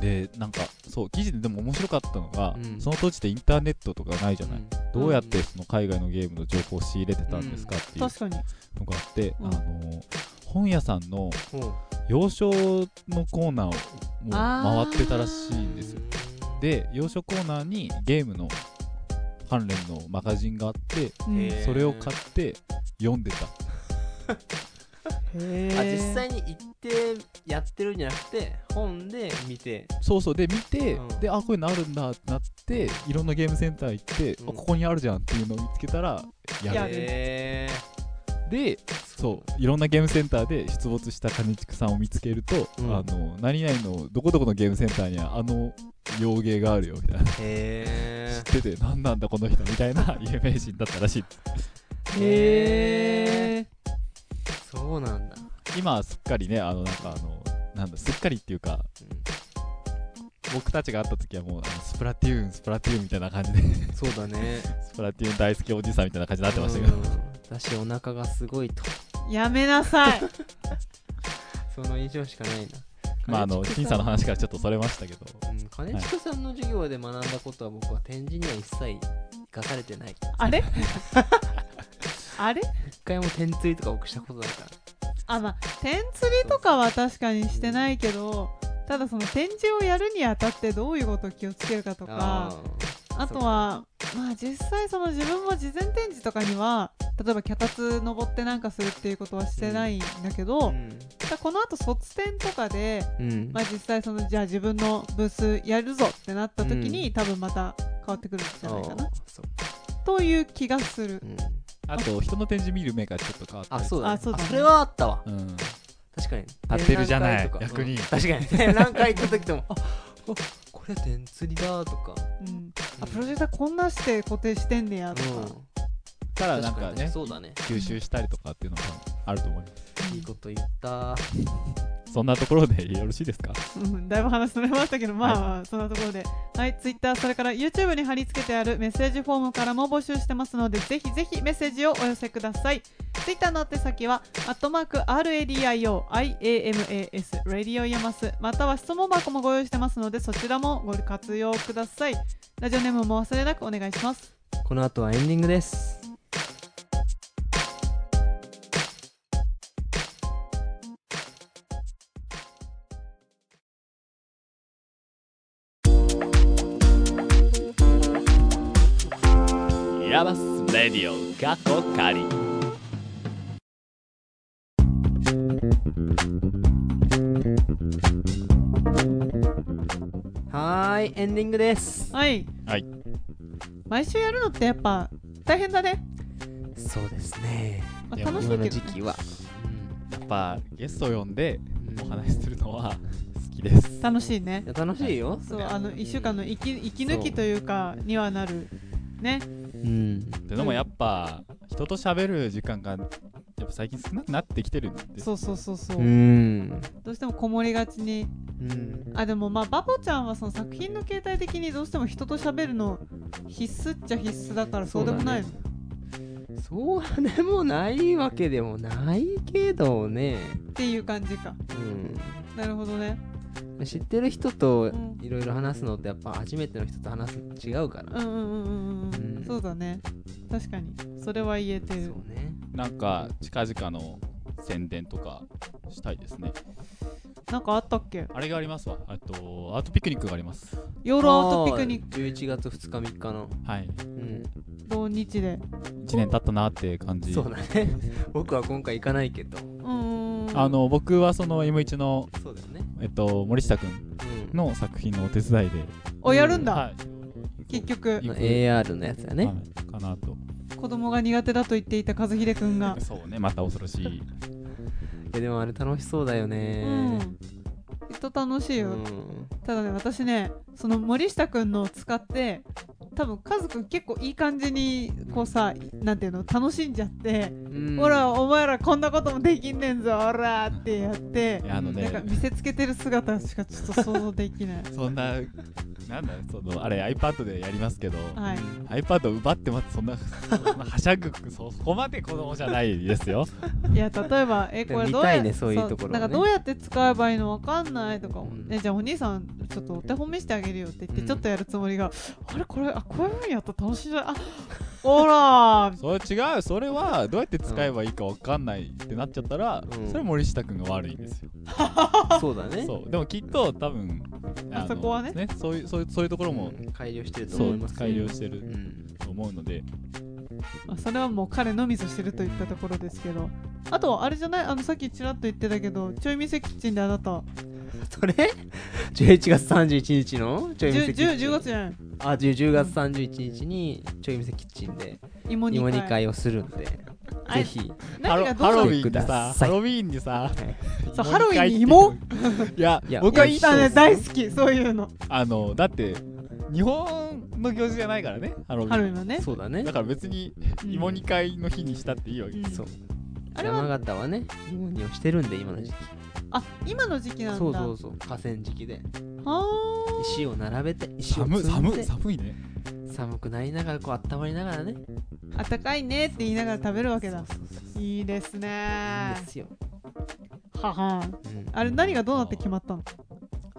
[SPEAKER 1] でなんかそう記事ででも面白かったのが、
[SPEAKER 2] うん
[SPEAKER 1] その当時ってインターネットとかないじゃない、
[SPEAKER 2] うん
[SPEAKER 1] どうやってその海外のゲームの情報を仕入れてたんですかっていう
[SPEAKER 3] 確かに
[SPEAKER 1] のがあって、
[SPEAKER 3] うん
[SPEAKER 1] あの本屋さんの
[SPEAKER 2] ほう
[SPEAKER 1] 洋書のコーナーをもう回ってたらしいんですよで洋書コーナーにゲームの関連のマガジンがあって
[SPEAKER 3] うん
[SPEAKER 2] へー
[SPEAKER 1] それを買って読んでた
[SPEAKER 3] へー
[SPEAKER 2] あ実際に行ってやってるんじゃなくて本で見て
[SPEAKER 1] そうそうで見て、
[SPEAKER 2] うん
[SPEAKER 1] であこういうのあるんだってなっていろんなゲームセンター行って、
[SPEAKER 2] うん
[SPEAKER 1] あここにあるじゃんっていうのを見つけたらやる
[SPEAKER 3] やる
[SPEAKER 2] へえ
[SPEAKER 1] でそういろんなゲームセンターで出没した兼畜さんを見つけると、
[SPEAKER 2] うん
[SPEAKER 1] あの何々のどこどこのゲームセンターにはあの洋芸があるよみたい <laughs> な
[SPEAKER 2] へ
[SPEAKER 1] 知ってて何なんだこの人みたいな <laughs> 有名人だったらしい
[SPEAKER 2] え
[SPEAKER 3] へえ
[SPEAKER 2] そうなんだ
[SPEAKER 1] 今はすっかりねあのなんかあのなんだすっかりっていうか僕たちが会った時はもうあのスプラトゥーンスプラトゥーンみたいな感じ <laughs> で
[SPEAKER 2] そうだね
[SPEAKER 1] スプラトゥーン大好きおじさんみたいな感じになってましたけど、
[SPEAKER 2] うん私お腹がすごいと
[SPEAKER 3] やめなさい
[SPEAKER 2] その印象しかないな
[SPEAKER 1] <laughs> まああの審査の話からちょっとそれましたけど
[SPEAKER 2] うん金近さんの授業で学んだことは僕は展示には一切生かされてない
[SPEAKER 3] あ
[SPEAKER 2] <laughs>
[SPEAKER 3] れあれ
[SPEAKER 2] 一回も点釣りとか僕したことないから
[SPEAKER 3] あまあ点釣りとかは確かにしてないけどただその展示をやるにあたってどういうことを気をつけるかとか
[SPEAKER 2] あ
[SPEAKER 3] あとはまあ実際その自分も事前展示とかには例えば脚立登ってなんかするっていうことはしてないんだけど、
[SPEAKER 2] ーうん
[SPEAKER 3] ただこのあと卒展とかで、
[SPEAKER 2] うん
[SPEAKER 3] まあ、実際そのじゃあ自分のブースやるぞってなった時に、
[SPEAKER 2] うん
[SPEAKER 3] 多分また変わってくるんじゃないか
[SPEAKER 2] あ
[SPEAKER 3] な
[SPEAKER 2] ーそう
[SPEAKER 3] という気がする
[SPEAKER 2] う。ん
[SPEAKER 1] あと人の展示見る目がちょっと変わった
[SPEAKER 2] あ
[SPEAKER 1] り
[SPEAKER 2] そうだ
[SPEAKER 3] あそうだね
[SPEAKER 2] あそれはあったわ
[SPEAKER 1] うん
[SPEAKER 2] 確かに
[SPEAKER 1] 立ってるじゃない
[SPEAKER 2] 展覧会とか
[SPEAKER 1] 役に
[SPEAKER 2] うん確かに展覧会行った時ともああこれ点釣りだとか
[SPEAKER 3] うん、あプロジェクターこんなして固定してんねやとか、
[SPEAKER 1] たら
[SPEAKER 2] 確
[SPEAKER 1] な
[SPEAKER 2] か
[SPEAKER 1] んか
[SPEAKER 2] に
[SPEAKER 1] ね
[SPEAKER 2] そうだね
[SPEAKER 1] 吸収したりとかっていうのもあると思います
[SPEAKER 2] いいこと言った
[SPEAKER 1] そんなところでよろしいですか
[SPEAKER 3] うん、だいぶ話それましたけど、まあ、まあそんなところで、はい、Twitter、それから YouTube に貼り付けてあるメッセージフォームからも募集してますので、ぜひぜひメッセージをお寄せください。Twitter の宛先は、アットマーク RADIO、IAMAS、Radio ヤマス、または質問箱もご用意してますので、そちらもご活用ください。ラジオネームも忘れなくお願いします。
[SPEAKER 2] この後はエンディングです
[SPEAKER 1] ヤバスレディオ過去仮
[SPEAKER 2] はーいエンディングです
[SPEAKER 3] はい。
[SPEAKER 1] はい
[SPEAKER 3] 毎週やるのってやっぱ大変だね。
[SPEAKER 2] そうですね
[SPEAKER 3] ま
[SPEAKER 1] い
[SPEAKER 3] あ、
[SPEAKER 1] や
[SPEAKER 3] 楽しい
[SPEAKER 2] 今の
[SPEAKER 3] け
[SPEAKER 2] 時
[SPEAKER 3] ど。
[SPEAKER 2] 期は
[SPEAKER 1] やっぱゲストを呼んで
[SPEAKER 2] うん
[SPEAKER 1] お話しするのは好きです
[SPEAKER 3] 楽しいね
[SPEAKER 2] いや。楽しいよ
[SPEAKER 3] そうあの1週間の息息抜きというかにはなるね
[SPEAKER 2] うん
[SPEAKER 1] でもやっぱ人と喋る時間がやっぱ最近少なくなってきてるんです
[SPEAKER 3] そうそうそうそう、
[SPEAKER 2] うん
[SPEAKER 3] どうしてもこもりがちに
[SPEAKER 2] うん
[SPEAKER 3] あでもまあバボちゃんはその作品の形態的にどうしても人と喋るの必須っちゃ必須だからそうでもないの
[SPEAKER 2] そそうでもないわけでもないけどね、
[SPEAKER 3] っていう感じかなるほどね
[SPEAKER 2] うん、知ってる人と
[SPEAKER 3] うん
[SPEAKER 2] いろいろ話すのってやっぱ初めての人と話すの違うから、
[SPEAKER 3] うんうんうんうんうん、
[SPEAKER 2] う
[SPEAKER 3] うんん、そうだね確かにそれは言えてる
[SPEAKER 2] そうね
[SPEAKER 1] なんか近々の宣伝とかしたいですね
[SPEAKER 3] なんかあったっけ
[SPEAKER 1] あれがありますわあとアートピクニックがあります
[SPEAKER 3] ヨーロアートピクニッ
[SPEAKER 2] ク11月2日3日の、
[SPEAKER 1] はい
[SPEAKER 2] うん、
[SPEAKER 3] ク同日で
[SPEAKER 1] 1年経ったなって感じ
[SPEAKER 2] そうだね僕は今回行かないけど
[SPEAKER 3] うーん
[SPEAKER 1] あの僕はその M1 の、
[SPEAKER 2] そうだよね、
[SPEAKER 1] えっと、森下君
[SPEAKER 2] うん、
[SPEAKER 1] の作品のお手伝いで、
[SPEAKER 3] おやるんだ、
[SPEAKER 1] はい
[SPEAKER 3] 結局
[SPEAKER 1] い
[SPEAKER 2] の AR のやつだね、
[SPEAKER 1] はいかなと、
[SPEAKER 3] 子供が苦手だと言っていた和秀くんが
[SPEAKER 1] そうねまた恐ろしい
[SPEAKER 2] いやでもあれ楽しそうだよ
[SPEAKER 3] うん
[SPEAKER 2] ね
[SPEAKER 3] きっと楽しいうよ、
[SPEAKER 2] ん
[SPEAKER 3] ただね私ねその森下くんのを使って多分和くん結構いい感じにこうさなんていうの楽しんじゃって、
[SPEAKER 2] うん
[SPEAKER 3] ほらお前らこんなこともできんねんぞほらってやって
[SPEAKER 1] いやあの
[SPEAKER 3] なんか
[SPEAKER 1] ね
[SPEAKER 3] 見せつけてる姿しかちょっと想像できない
[SPEAKER 1] そんななんだそのあれ iPad でやりますけど、
[SPEAKER 3] はい
[SPEAKER 1] iPad を奪ってまたそんなそんなはしゃぐそそこまで子供じゃないですよ
[SPEAKER 3] いや例えばえこれどう
[SPEAKER 2] 見た
[SPEAKER 3] や
[SPEAKER 2] いねそういうところはね
[SPEAKER 3] なんかどうやって使えばいいのわかんないとか、
[SPEAKER 2] うん
[SPEAKER 3] えじゃあお兄さんちょっとお手本見せてあげるよって言って
[SPEAKER 2] うん
[SPEAKER 3] ちょっとやるつもりが、あれこれあこういうふうにやったら楽しいじゃないあほらー
[SPEAKER 1] それ違うそれはどうやって使えばいいかわかんないってなっちゃったら、
[SPEAKER 2] うん
[SPEAKER 1] それは森下君が悪いんですよ、
[SPEAKER 2] そうだね
[SPEAKER 1] そうでもきっと多分
[SPEAKER 3] あ
[SPEAKER 1] の
[SPEAKER 3] そこはね
[SPEAKER 1] そういうそういうそういうところも、
[SPEAKER 2] うん改良してると
[SPEAKER 1] そ
[SPEAKER 2] 思いうます
[SPEAKER 1] 改良して
[SPEAKER 2] う
[SPEAKER 1] る
[SPEAKER 2] ん
[SPEAKER 1] と思うので、
[SPEAKER 3] まあ、それはもう彼のみそしてるといったところですけどあとはあれじゃないあのさっきちらっと言ってたけどちょい見せキッチンであなた
[SPEAKER 2] それ <laughs> 11月31日のちょい見せ
[SPEAKER 3] 10,
[SPEAKER 2] キッチン
[SPEAKER 3] 10月じゃない
[SPEAKER 2] あ 10, 10月31日にちょい見せキッチンで
[SPEAKER 3] 芋2
[SPEAKER 2] 芋
[SPEAKER 3] 回
[SPEAKER 2] 煮会をするんで
[SPEAKER 3] あ
[SPEAKER 2] ぜ
[SPEAKER 3] れ
[SPEAKER 2] ひ
[SPEAKER 1] ハ
[SPEAKER 3] 何
[SPEAKER 1] ロ
[SPEAKER 3] が
[SPEAKER 1] ハ
[SPEAKER 3] ど
[SPEAKER 1] ロウ
[SPEAKER 3] う
[SPEAKER 1] ィーン
[SPEAKER 2] く
[SPEAKER 1] に
[SPEAKER 2] だ
[SPEAKER 1] さ
[SPEAKER 2] さ
[SPEAKER 1] ハ
[SPEAKER 2] い
[SPEAKER 1] ロウィーンにさ
[SPEAKER 3] そう
[SPEAKER 1] 芋
[SPEAKER 3] ハロウィンに
[SPEAKER 1] 煮
[SPEAKER 3] 芋
[SPEAKER 1] 会いや
[SPEAKER 2] いや
[SPEAKER 1] 僕はい
[SPEAKER 2] 美味
[SPEAKER 1] い
[SPEAKER 2] し
[SPEAKER 1] た
[SPEAKER 2] そう
[SPEAKER 3] だね
[SPEAKER 1] ね
[SPEAKER 3] 大好きそういうの
[SPEAKER 1] あのだって日本の行事じゃないからねハロウィ
[SPEAKER 3] ハロウ
[SPEAKER 1] ー
[SPEAKER 3] ィンはね
[SPEAKER 2] そうだね
[SPEAKER 1] ンだから別に
[SPEAKER 3] うん
[SPEAKER 1] 芋煮会の日にしたっていいわけ、
[SPEAKER 3] うん
[SPEAKER 2] そう
[SPEAKER 3] あれは
[SPEAKER 2] 山形はね芋煮をしてるんで今の時期
[SPEAKER 3] あ今の時期なんだ
[SPEAKER 2] そうそうそう河川敷で
[SPEAKER 3] はー
[SPEAKER 2] 石を並べて石を
[SPEAKER 1] 寒
[SPEAKER 2] 積ん
[SPEAKER 1] 寒
[SPEAKER 2] で
[SPEAKER 1] 寒いね
[SPEAKER 2] 寒くなりながらこう温まりながらね
[SPEAKER 3] あたかいねって言いながら食べるわけだ
[SPEAKER 2] そうそうそう
[SPEAKER 3] いいですね
[SPEAKER 2] いいんですよ、
[SPEAKER 3] はは
[SPEAKER 2] う
[SPEAKER 3] ん
[SPEAKER 2] ん
[SPEAKER 3] あれ何がどうなって決まったの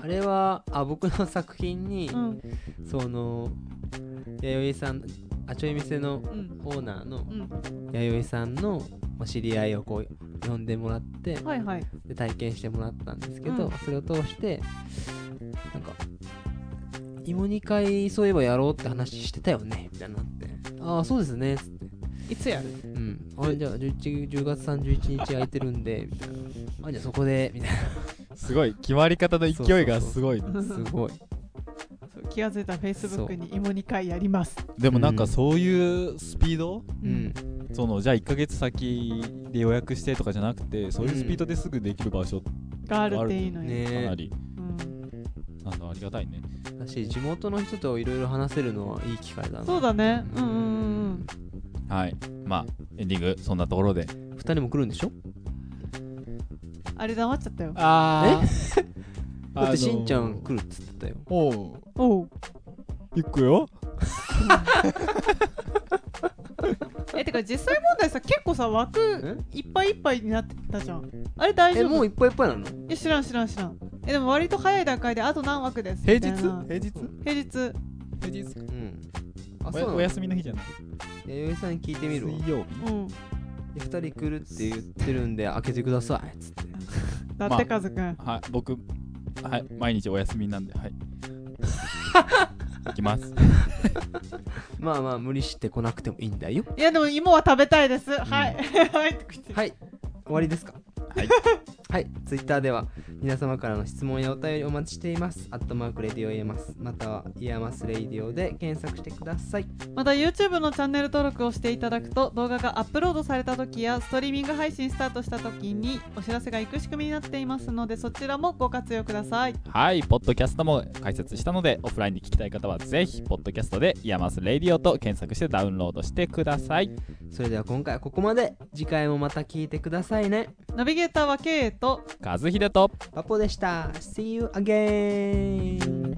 [SPEAKER 2] あれはあ僕の作品に、
[SPEAKER 3] うん
[SPEAKER 2] その弥生さんあちょい店の
[SPEAKER 3] うん
[SPEAKER 2] オーナーの
[SPEAKER 3] うん
[SPEAKER 2] 弥生さんのまあ知り合いをこう呼んでもらって
[SPEAKER 3] はいはい
[SPEAKER 2] で体験してもらったんですけど、
[SPEAKER 3] うん
[SPEAKER 2] それを通してなんか芋煮会そういえばやろうって話してたよねみたいになってああそうですねつって
[SPEAKER 3] いつやる
[SPEAKER 2] うんあじゃあ 11, 10月31日空いてるんでみたいなあじゃあそこでみたい
[SPEAKER 3] <laughs>
[SPEAKER 2] な
[SPEAKER 1] すごい決まり方の勢いがすごいね
[SPEAKER 2] すごい
[SPEAKER 3] そう気が付いたらフェイスブ
[SPEAKER 2] そ
[SPEAKER 3] ッ
[SPEAKER 2] う
[SPEAKER 3] クに芋2回やります
[SPEAKER 1] でもなんかそういうスピード、
[SPEAKER 2] うん
[SPEAKER 1] そのじゃあ1ヶ月先で予約してとかじゃなくてそういうスピードですぐできる場所って
[SPEAKER 3] があるっていいのよ、
[SPEAKER 1] かな
[SPEAKER 2] ね
[SPEAKER 1] り、
[SPEAKER 3] うん、
[SPEAKER 1] なんだありがたいね
[SPEAKER 2] だし地元の人といろいろ話せるのはいい機会だな
[SPEAKER 3] そうだねうんうん
[SPEAKER 1] はいまあエンディングそんなところで
[SPEAKER 2] 2人も来るんでしょ
[SPEAKER 3] うんあれ黙っちゃったよ
[SPEAKER 1] ああ
[SPEAKER 2] だってしんちゃん来るっつってたよ
[SPEAKER 1] おう
[SPEAKER 3] おう
[SPEAKER 1] 行くよ
[SPEAKER 3] えてか実際問題さ結構さ枠いっぱいいっぱいになってたじゃんあれ大
[SPEAKER 2] え
[SPEAKER 3] 丈
[SPEAKER 2] も
[SPEAKER 3] 夫
[SPEAKER 2] ういっぱいいっぱいなの
[SPEAKER 3] いや知らん知らん知らんえでも割と早い段階であと何枠です
[SPEAKER 1] 平
[SPEAKER 3] み
[SPEAKER 1] 日
[SPEAKER 3] たいな
[SPEAKER 1] 平日
[SPEAKER 3] 平日
[SPEAKER 1] 平日
[SPEAKER 2] うんあ
[SPEAKER 1] お
[SPEAKER 2] そうな
[SPEAKER 1] や
[SPEAKER 2] の
[SPEAKER 1] お休みの日じゃない
[SPEAKER 2] 弥生さんに聞いてみるわ
[SPEAKER 1] 水曜日
[SPEAKER 3] うん
[SPEAKER 2] 2人来るって言ってるんで開けてくださいっつって
[SPEAKER 3] だってカズくん
[SPEAKER 1] はい僕はい毎日お休みなんで <laughs> はい行きます
[SPEAKER 2] まあまあ無理して来なくてもいいんだよ
[SPEAKER 3] いやでも芋は食べたいです、はい <laughs> はいって口
[SPEAKER 2] はい終わりですか
[SPEAKER 1] はい
[SPEAKER 2] <laughs> はい、ツイッターでは皆様からの質問やお便りお待ちしています。アットマークレディオイヤマス、またはイヤマスレディオで検索してください。
[SPEAKER 3] また YouTube のチャンネル登録をしていただくと動画がアップロードされた時やストリーミング配信スタートした時にお知らせがいく仕組みになっていますのでそちらもご活用ください
[SPEAKER 1] はい、ポッドキャストも解説したので、オフラインに聞きたい方はぜひ、ポッドキャストでイヤマスレディオと検索してダウンロードしてください。
[SPEAKER 2] それでは今回はここまで。次回もまた聞いてくださいね。
[SPEAKER 3] ナビゲーターは K と
[SPEAKER 1] 和秀と
[SPEAKER 2] パポでした。See you again!